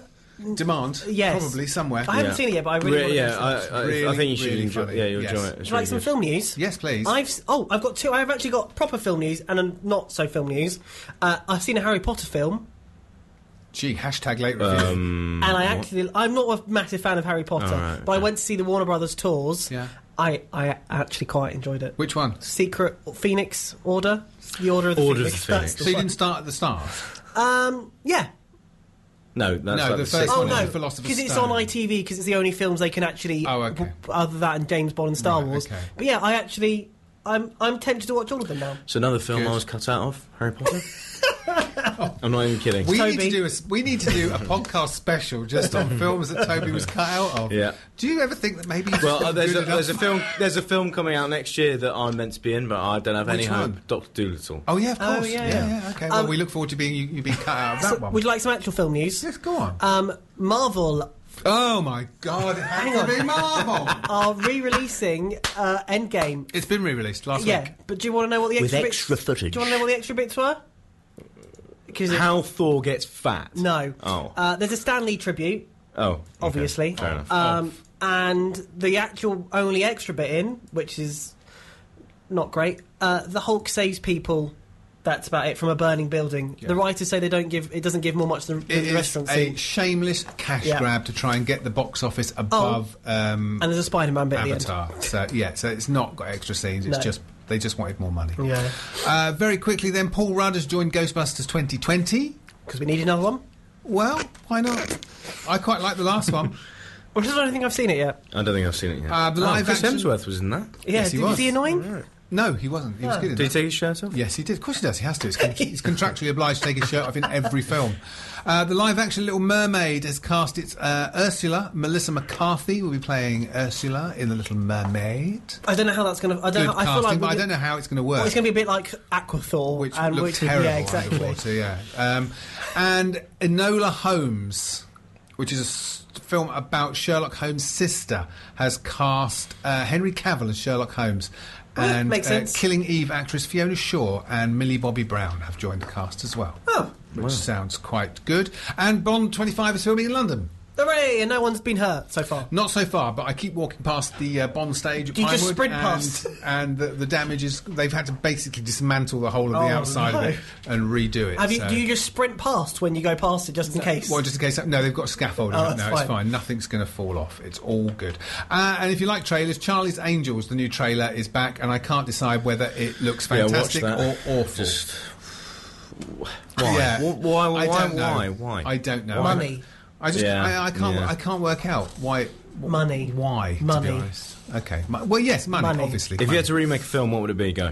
S1: Demand,
S3: Yes.
S1: probably somewhere.
S3: I haven't seen it yet, but I really
S2: Re-
S3: want to
S2: yeah, I, I, I think you should
S1: really
S2: enjoy.
S1: funny.
S2: Yeah, you'll
S1: Yes.
S2: enjoy it.
S3: Would
S2: It's
S3: you like some
S2: really
S3: film news?
S1: Yes, please.
S3: I've s- oh, I've got two. I've actually got proper film news and a not so film news. Uh, I've seen a Harry Potter film,
S1: Gee, hashtag late
S2: good.
S1: review.
S2: Um,
S3: and I
S2: what?
S3: actually I'm not a massive fan of Harry Potter,
S2: Oh, right,
S3: but I
S2: okay.
S3: went to see the Warner Brothers tours.
S1: Yeah.
S3: I I actually quite enjoyed it.
S1: Which one?
S3: Secret Phoenix Order, the Order of the
S2: Order of
S3: Phoenix.
S2: the
S3: That's
S1: So you
S3: one.
S1: didn't start at the start?
S3: Um, yeah.
S2: no, that's
S1: No,
S2: like
S1: the
S2: the
S1: first
S2: sixth
S1: one
S3: Oh
S1: is
S3: no,
S1: the Philosopher's
S3: because it's
S1: Stone.
S3: on ITV because it's the only films they can actually.
S1: Oh, okay.
S3: other than that and James Bond and Star
S1: Right,
S3: Wars.
S1: okay.
S3: But yeah, I actually I'm I'm tempted to watch all of them now.
S2: So another film
S1: Good.
S2: I was cut out of Harry
S1: (laughs)
S2: Potter. I'm not even kidding.
S1: We need
S3: Toby.
S1: to do a s- we need to do a podcast special
S2: (laughs)
S1: just on films that Toby was cut out of.
S2: Yeah.
S1: Do you ever think that maybe? you
S2: well,
S1: just
S2: uh, there's, a,
S1: wasn't good
S2: there's a
S1: enough?
S2: film there's a film coming out next year that I'm meant to be in, but I don't have any
S1: Which
S2: hope.
S1: one?
S2: Doctor Doolittle.
S1: Oh yeah, of
S3: Oh,
S1: course.
S3: yeah,
S1: yeah,
S3: yeah.
S1: yeah, Okay. Well,
S3: Um,
S1: we look forward to being you, you being cut out of that
S3: So,
S1: one.
S3: would you like some actual film news?
S1: Yes, go on.
S3: Um, Marvel
S1: oh my God! It has
S3: hang
S1: to
S3: on. (laughs)
S1: be Marvel.
S3: are re-releasing uh, Endgame.
S1: it's been re-released last
S3: Yeah,
S1: week.
S3: but do you want to know what the extra
S2: With
S3: bits,
S2: extra footage.
S3: Do you want to know what the extra bits were? Because
S2: How Thor gets fat.
S3: no,
S2: Oh.
S3: uh, there's a Stanley tribute,
S2: oh. okay.
S3: obviously.
S2: Fair enough.
S3: Um, and the actual only extra bit in, which is not great, uh, the Hulk saves people. That's about it from a burning building.
S1: Yeah.
S3: The writers say they don't give it doesn't give more much than
S1: It
S3: than the
S1: is
S3: restaurant
S1: a
S3: scene.
S1: shameless cash
S3: Yeah. Oh.
S1: grab to try and get the box office above um,
S3: and there's a Spider-Man bit at
S1: Avatar. So yeah, so it's not got extra scenes. It's
S3: No.
S1: just they just wanted more money.
S3: the end. Yeah,
S1: Uh, very quickly, then Paul Rudd has joined Ghostbusters 2020.
S3: because we need another one.
S1: Well, why not? I quite like the
S3: (laughs)
S1: last one.
S3: Or just I don't think I've seen it yet.
S2: I don't think I've seen it yet.
S1: Uh, the
S2: Oh,
S1: live
S2: Chris
S1: action-
S2: Hemsworth was in that.
S3: Yeah,
S1: Yes, he
S3: did-
S1: was.
S3: was he annoying?
S1: No, he wasn't. He was good. In
S2: Did he
S1: that.
S2: take his shirt off?
S1: Yes, he did. Of course, he does. He has
S3: (laughs)
S1: to. He's, con- he's contractually obliged to take his shirt off in every film. Uh, the live-action Little Mermaid has cast its uh, Ursula. Melissa McCarthy will be playing Ursula in The Little Mermaid.
S3: I don't know how that's gonna. I don't.
S1: Good
S3: know, I
S1: casting,
S3: feel like we
S1: but I
S3: did-
S1: don't know how it's going to work.
S3: Well, it's going to be a bit like Aquathor,
S1: which
S3: and
S1: looked
S3: which
S1: terrible
S3: Yeah, exactly.
S1: underwater. Yeah, um, and Enola Holmes, which is a s- film about Sherlock Holmes' sister, has cast uh, Henry Cavill as Sherlock Holmes,
S3: Well,
S1: and
S3: Oh,
S1: uh,
S3: makes sense.
S1: Killing Eve actress Fiona Shaw and Millie Bobby Brown have joined the cast as well.
S3: Oh.
S1: Which sounds quite good. And Bond 25 is filming in London.
S3: Hooray! And no one's been hurt so far.
S1: Not so far, but I keep walking past the uh, Bond stage. At
S3: You just
S1: Pinewood,
S3: sprint
S1: and,
S3: past.
S1: and the, the damage is they've had to basically dismantle the whole of
S3: Oh,
S1: the outside
S3: no.
S1: of it and redo it.
S3: Have you,
S1: so-
S3: Do you just sprint past when you go past it, just in case?
S1: Well, just in case. No, they've got scaffolding.
S3: Oh, that's
S1: up now.
S3: fine.
S1: it's fine. Nothing's going to fall off. It's all good. Uh, and if you like trailers, Charlie's Angels, the new trailer, is back, and I can't decide whether it looks
S2: Yeah, I watched
S1: fantastic
S2: that.
S1: or awful.
S2: Just- Why?
S1: Yeah.
S2: Wh- Why? Why?
S1: I don't know.
S2: Why? Why?
S1: I don't know.
S3: Money.
S1: I just.
S2: Yeah,
S1: I, I can't.
S2: yeah.
S1: I can't work out why. wh-
S3: Money.
S1: Why? to be
S3: Money.
S1: honest. Okay. Mo- Well, yes, money.
S3: Money.
S1: Obviously.
S2: If you
S1: money.
S2: had to remake a film, what would it be? Go.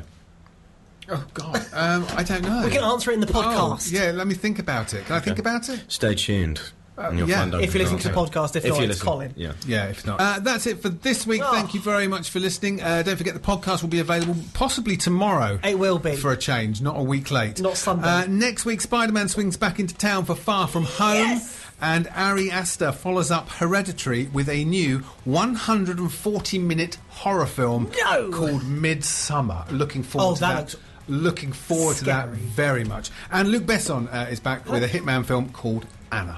S1: Oh God, um, I don't know.
S3: we can answer it in the
S1: Oh,
S3: podcast.
S1: yeah, let me think about it. Can I think about it?
S2: Stay tuned. and you'll
S1: yeah.
S2: find out
S3: If you
S2: who
S3: listen to
S2: answered.
S3: the podcast, if,
S2: If
S3: not,
S2: you
S3: it's
S2: listen.
S3: Colin.
S2: Yeah.
S1: Yeah, if not. Uh, that's it for this week.
S3: Oh.
S1: Thank you very much for listening. Uh, don't forget the podcast will be available possibly tomorrow.
S3: It will be.
S1: For a change, not a week late.
S3: Not Sunday.
S1: Uh, next week, Spider Man swings back into town for Far From Home. And Ari Aster follows up Hereditary with a new 140 minute horror film called Midsummer. Looking forward
S13: Oh,
S1: to
S13: that
S1: that.
S13: looks
S1: Looking forward to that very much. And Luke Besson uh, is back with a Hitman film called Anna.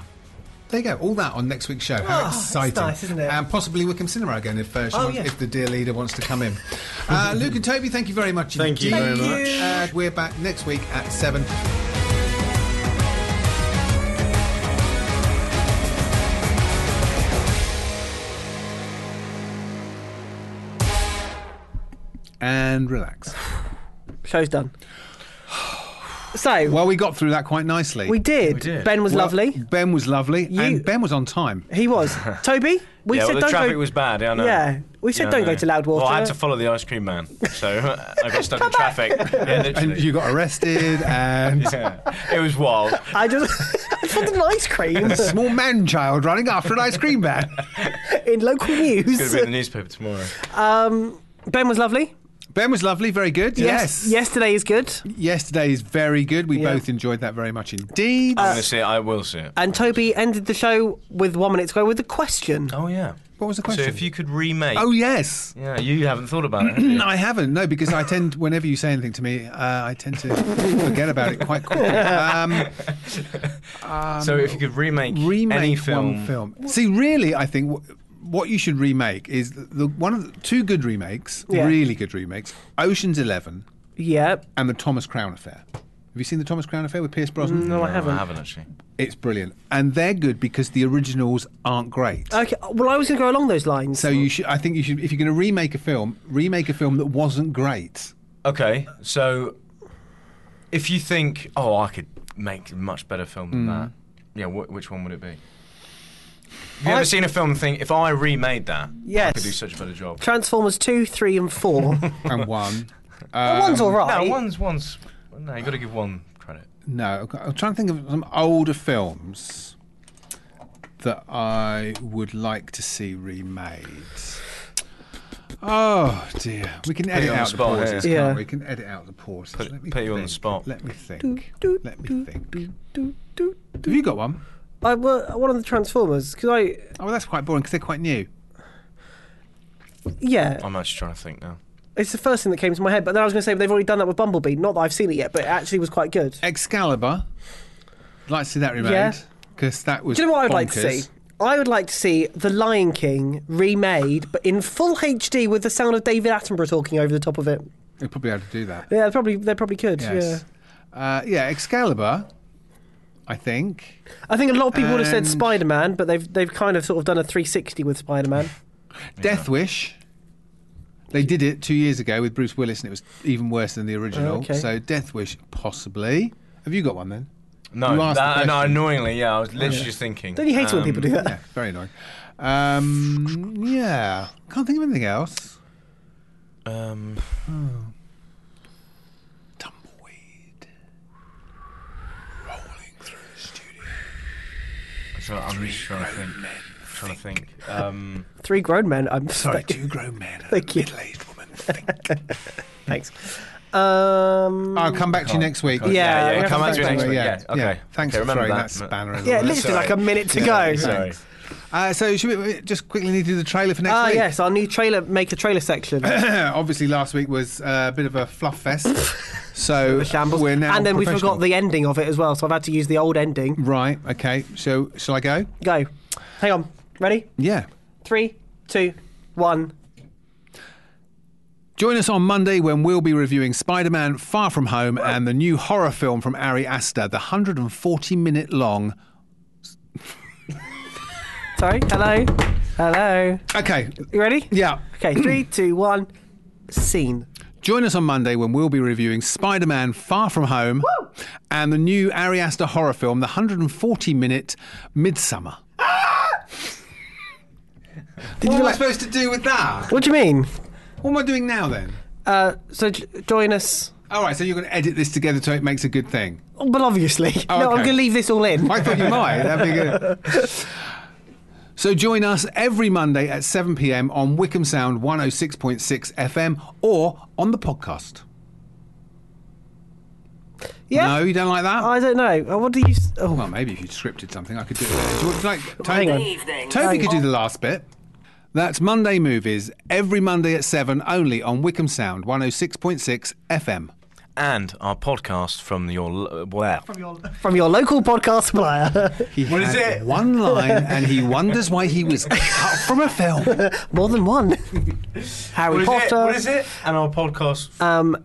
S1: There you go. All that on next week's show. How
S13: Ah, it's
S1: exciting!
S13: nice, isn't it?
S1: And possibly Wickham Cinema again if uh, she
S13: Oh,
S1: wants-
S13: yeah.
S1: if the dear leader wants to come
S13: (laughs)
S1: in. Uh, Luke and Toby, thank you very much.
S2: Thank you
S1: indeed.
S2: very Thank you. much.
S1: And we're back next week at seven. And relax.
S3: Show's done. So,
S1: well, we got through that quite nicely.
S3: We did. We did. Ben was lovely.
S1: Ben was lovely, and Ben was on time.
S3: He
S2: (laughs)
S3: was. Toby, we
S2: yeah,
S3: said
S2: well, the
S3: don't
S2: traffic
S3: go.
S2: was bad. Yeah, I know.
S3: (laughs) Yeah, we said
S2: Yeah, I
S3: don't go
S2: know.
S3: to Loudwater.
S2: Well, I had to follow the ice cream man, so uh, I got stuck in
S3: (laughs)
S2: traffic. Yeah, literally.
S1: and you got
S13: (laughs)
S1: arrested, and
S2: it was wild.
S3: I just
S2: (laughs)
S3: I just wanted an ice cream.
S1: a small man child running after an ice cream van.
S3: in local news.
S2: It's going to be
S3: (laughs)
S2: in the newspaper tomorrow.
S3: Um, ben was lovely.
S1: Ben was lovely, very good. Yes.
S3: Yesterday is good.
S1: Yesterday is very good. We
S3: Yeah.
S1: both enjoyed that very much indeed.
S2: I'm going to see it. I will see it.
S3: And Toby ended the show with one minute to go with a question.
S2: Oh, yeah.
S1: What was the
S2: So if you could remake.
S1: Oh yes.
S2: Yeah, you haven't thought about it. have you?
S1: I haven't (clears throat) no because I tend whenever you say anything to me, uh, I tend to forget about it quite quickly. Um,
S2: so if you could remake,
S1: remake
S2: any film,
S1: one film. See, really, I think w- what you should remake is the, the one of the two good remakes,
S3: Yeah.
S1: really good remakes, Ocean's Eleven
S3: Yep.
S1: and the Thomas Crown Affair. Have you seen the Thomas Crown Affair with Pierce Brosnan?
S3: No, I haven't.
S2: I haven't actually.
S1: It's brilliant, and they're good because the originals aren't great.
S3: Okay. Well, I was going to go along those lines.
S1: So you should. I think you should. If you're going to remake a film, remake a film that wasn't great.
S2: Okay, so if you think, oh, I could make a much better film than
S1: Mm.
S2: that, yeah, wh- which one would it be? Have you
S3: I-
S2: ever seen a film and think, if I remade that, I
S3: Yes.
S2: could do such a better job?
S3: Transformers two, three,
S2: (laughs)
S3: and four.
S1: And one.
S3: Well, one's all right.
S2: Um, No, one's one's. No, you got to give one credit.
S1: No, I'm trying to think of some older films that I would like to see remade. Oh dear, we can
S2: Put
S1: edit
S2: you on the
S1: out the,
S2: spot,
S1: pauses.
S2: yeah.
S1: can't
S2: Yeah.
S1: we? we can edit out the pauses.
S2: Put-
S1: Let me
S2: put you on the
S1: think.
S2: spot.
S1: Let me think. Let me think. Have you got one?
S3: I, well, one of the Transformers because I
S1: Oh, well, that's quite boring because they're quite new.
S3: yeah,
S2: I'm actually trying to think now.
S3: it's the first thing that came to my head. But then I was going to say they've already done that with Bumblebee. Not that I've seen it yet, but it actually was quite good.
S1: Excalibur. I'd like to see that remade.
S3: Yeah.
S1: Because that was.
S3: Do you know what I'd like to
S1: bonkers.
S3: see? I would like to see The Lion King remade, but in full HD with the sound of David Attenborough talking over the top of it.
S1: They'd probably be able to do that.
S3: Yeah, they probably they probably could.
S1: Yes. Yeah. Uh, yeah, Excalibur, I think.
S3: Yeah, I think a lot of people would have said
S1: And-
S3: Spider Man, but they've they've kind of sort of done a 360 with Spider Man.
S1: Death Wish. They did it two years ago with Bruce Willis, and it was even worse than the original.
S3: Oh, Okay.
S1: So Death Wish, possibly. Have you got
S3: (laughs)
S1: one then?
S2: No,
S1: You asked the
S2: that, no,
S1: question.
S2: annoyingly, yeah, I was literally
S1: Yeah.
S2: just thinking. um,
S3: Don't you hate it when people do that?
S1: Yeah, very annoying. Um, yeah, can't think of anything else.
S2: Um, so I'm just trying to think. Trying to think. Um,
S3: Three grown men. I'm
S1: Sorry, two grown men.
S3: Thank you.
S1: Middle-aged
S3: woman. (laughs) Thanks. Um,
S1: I'll come
S2: Oh,
S1: back to you next week.
S3: Yeah, yeah, yeah,
S2: come
S3: yeah,
S2: back to you next
S3: yeah,
S2: week.
S1: yeah,
S2: Yeah, okay.
S1: yeah. Thanks
S2: Okay,
S1: for
S2: remember
S1: throwing
S2: that.
S1: that, spanner. in the
S3: Yeah,
S1: works.
S3: literally like a minute to go.
S2: Sorry.
S1: Uh, so should we just quickly need to do the trailer for next
S3: Ah,
S1: week?
S3: yes, our new trailer, make a trailer section.
S1: (clears throat) Obviously, last week was uh, a bit of a
S3: (laughs)
S1: fluff fest. so we're now
S3: and then we
S1: professional.
S3: forgot the ending of it as well, so I've had to use the old ending.
S1: right. Okay. So shall I go?
S3: Go. Hang on. Ready?
S1: Yeah.
S3: Three, two, one.
S1: Join us on Monday when we'll be reviewing Spider Man Far From Home and the new horror film from Ari Aster, the 140 minute long.
S3: Sorry. Hello. Hello.
S1: Okay,
S3: You ready?
S1: yeah.
S3: Okay. Three, two, one. Scene.
S1: Join us on Monday when we'll be reviewing Spider Man Far From Home and the new Ari Aster horror film, the 140 minute Midsummer.
S3: Did
S1: what
S3: you
S1: am I
S3: like-
S1: supposed to do with that?
S3: What do you mean?
S1: What am I doing now then?
S3: Uh, so j- join us.
S1: All right, so you're going to edit this together so it makes a good thing.
S3: Oh, Well, obviously.
S1: Oh,
S3: no, I'm
S1: okay.
S3: going to leave this all in.
S1: I thought you might. That'd be good. (laughs) So join us every Monday at 7 p.m. on Wickham Sound 106.6 FM or on the podcast.
S3: Yeah.
S1: No, you don't like that?
S3: I don't know. Uh, What do you? s- Oh,
S1: Well, maybe if you scripted something, I could do it. Do you want- like,
S3: Hang on.
S1: Toby,
S3: Evening.
S1: Toby
S3: Hang
S1: could do
S3: on.
S1: the last bit. That's Monday Movies, every Monday at 7, only on Wickham Sound, 106.6 FM.
S2: And our podcast from your l- uh, where?
S3: from your local podcast supplier.
S1: He had One line, and he wonders why he was cut from a film.
S3: (laughs) More than one.
S2: What
S3: Harry
S2: is it?
S3: Potter.
S2: What is it? And our podcast.
S3: Um,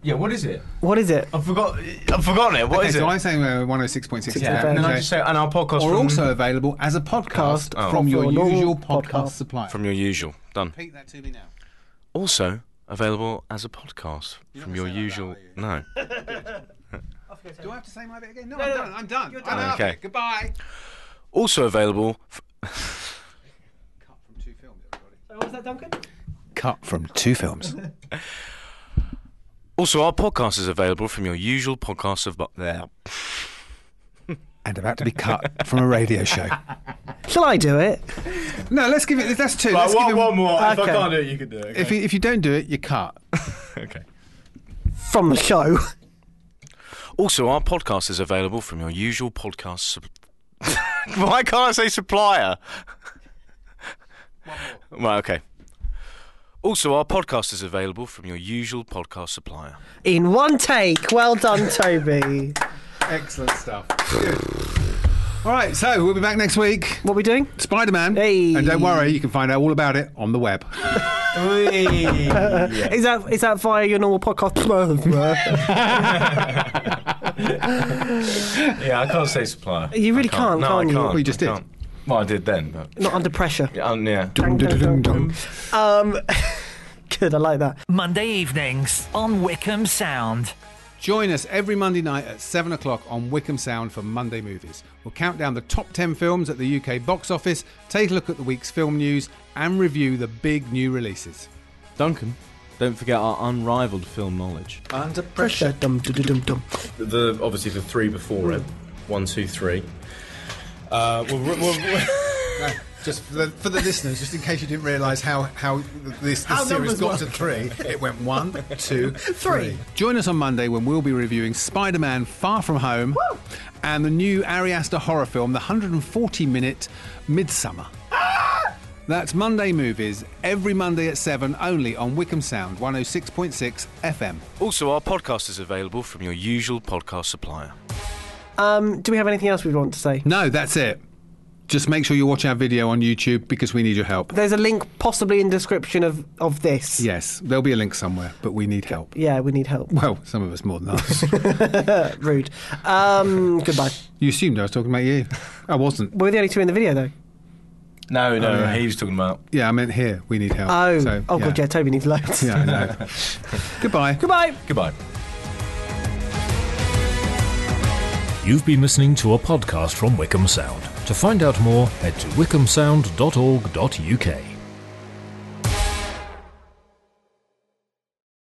S2: Yeah, what is it?
S3: what is it?
S2: I forgot. I've forgotten it. What is
S1: okay, so
S2: it?
S1: I'm saying uh, 106.6
S2: Yeah,
S1: FM.
S2: and then I
S1: okay.
S2: just say, and our podcast
S1: Or
S2: from,
S1: also available as a podcast
S2: Oh.
S1: from your
S2: From your
S1: usual
S2: normal
S1: podcast, supplier.
S2: from your usual done.
S1: Repeat that to me now.
S2: Also available as a podcast from your usual. no.
S1: Do I have to say my bit again? No, I'm done. I'm done. You're
S2: done. Okay.
S1: Goodbye.
S2: Also available. F-
S14: What was that, Duncan?
S1: Cut from two films.
S2: also, our podcast is available from your usual podcasts of. There.
S1: and about to be cut from a radio show.
S3: Shall I do it?
S1: (laughs) No, let's give it. That's two.
S2: Right,
S1: let's
S2: one-
S1: give him,
S2: one more. If I
S3: Okay.
S2: can't do it, you can do it.
S1: If you, if you don't do it, you cut.
S2: okay.
S3: From the show.
S2: Also, our podcast is available from your usual podcast. Sup- (laughs) Why can't I say supplier? right, okay. Also, our podcast is available from your usual podcast supplier.
S3: In one take. Well done, Toby.
S1: Excellent stuff. All right, so we'll be back next week.
S3: What are we doing?
S1: Spider Man.
S3: Hey.
S1: And don't worry, you can find out all about it on the web.
S3: Is that is that via your normal podcast?
S2: Yeah, I can't say supplier.
S3: (laughs) You really
S2: I can't.
S3: can't,
S2: No,
S3: can't
S2: I
S3: you?
S2: can't.
S1: Well, you just
S2: I
S1: did.
S2: can't. Well, I did then. But,
S3: Not under pressure.
S2: yeah, um, yeah.
S1: Dum, dum, dum, dum.
S3: Um, good. I like that.
S5: Monday evenings on Wickham Sound.
S1: Join us every Monday night at 7 o'clock on Wickham Sound for Monday Movies. We'll count down the top 10 films at the UK box office, take a look at the week's film news, and review the big new releases.
S15: Duncan, don't forget our unrivaled film knowledge.
S16: Under
S3: Pressure. Dum dum dum dum.
S2: The obviously the three before it. One, two, three. Uh, we'll, we'll,
S1: Just for the, for the listeners, just in case you didn't realise how how th- this, this
S14: How
S1: series
S14: numbers
S1: got
S14: work.
S1: to three, it went one,
S14: (laughs)
S1: two, three. Join us on Monday when we'll be reviewing Spider-Man: Far From Home and the new Ari Aster horror film, the 140-minute Midsummer.
S14: Ah!
S1: That's Monday Movies every Monday at seven, only on Wickham Sound 106.6 FM.
S2: also, our podcast is available from your usual podcast supplier.
S3: Um, do we have anything else we want to say?
S1: No, that's it. Just make sure you watch our video on YouTube because we need your help.
S3: There's a link possibly in description of of this.
S1: Yes, there'll be a link somewhere, but we need help.
S3: Yeah, we need help. (laughs) Uh,
S1: Well, some of us (laughs) more than others.
S3: Rude. Um, goodbye.
S1: You assumed I was talking about you. I wasn't.
S3: We're the only two in the video though.
S2: No, no,
S1: yeah.
S2: he was talking about.
S1: Yeah, I meant here. We need help.
S3: Oh,
S1: So,
S3: oh
S1: yeah.
S3: god, yeah. Toby needs loads.
S1: Yeah, I know.
S3: (laughs)
S1: Goodbye.
S3: Goodbye.
S2: Goodbye.
S4: You've been listening to a podcast from Wickham Sound. To find out more, head to wickhamsound.org.uk.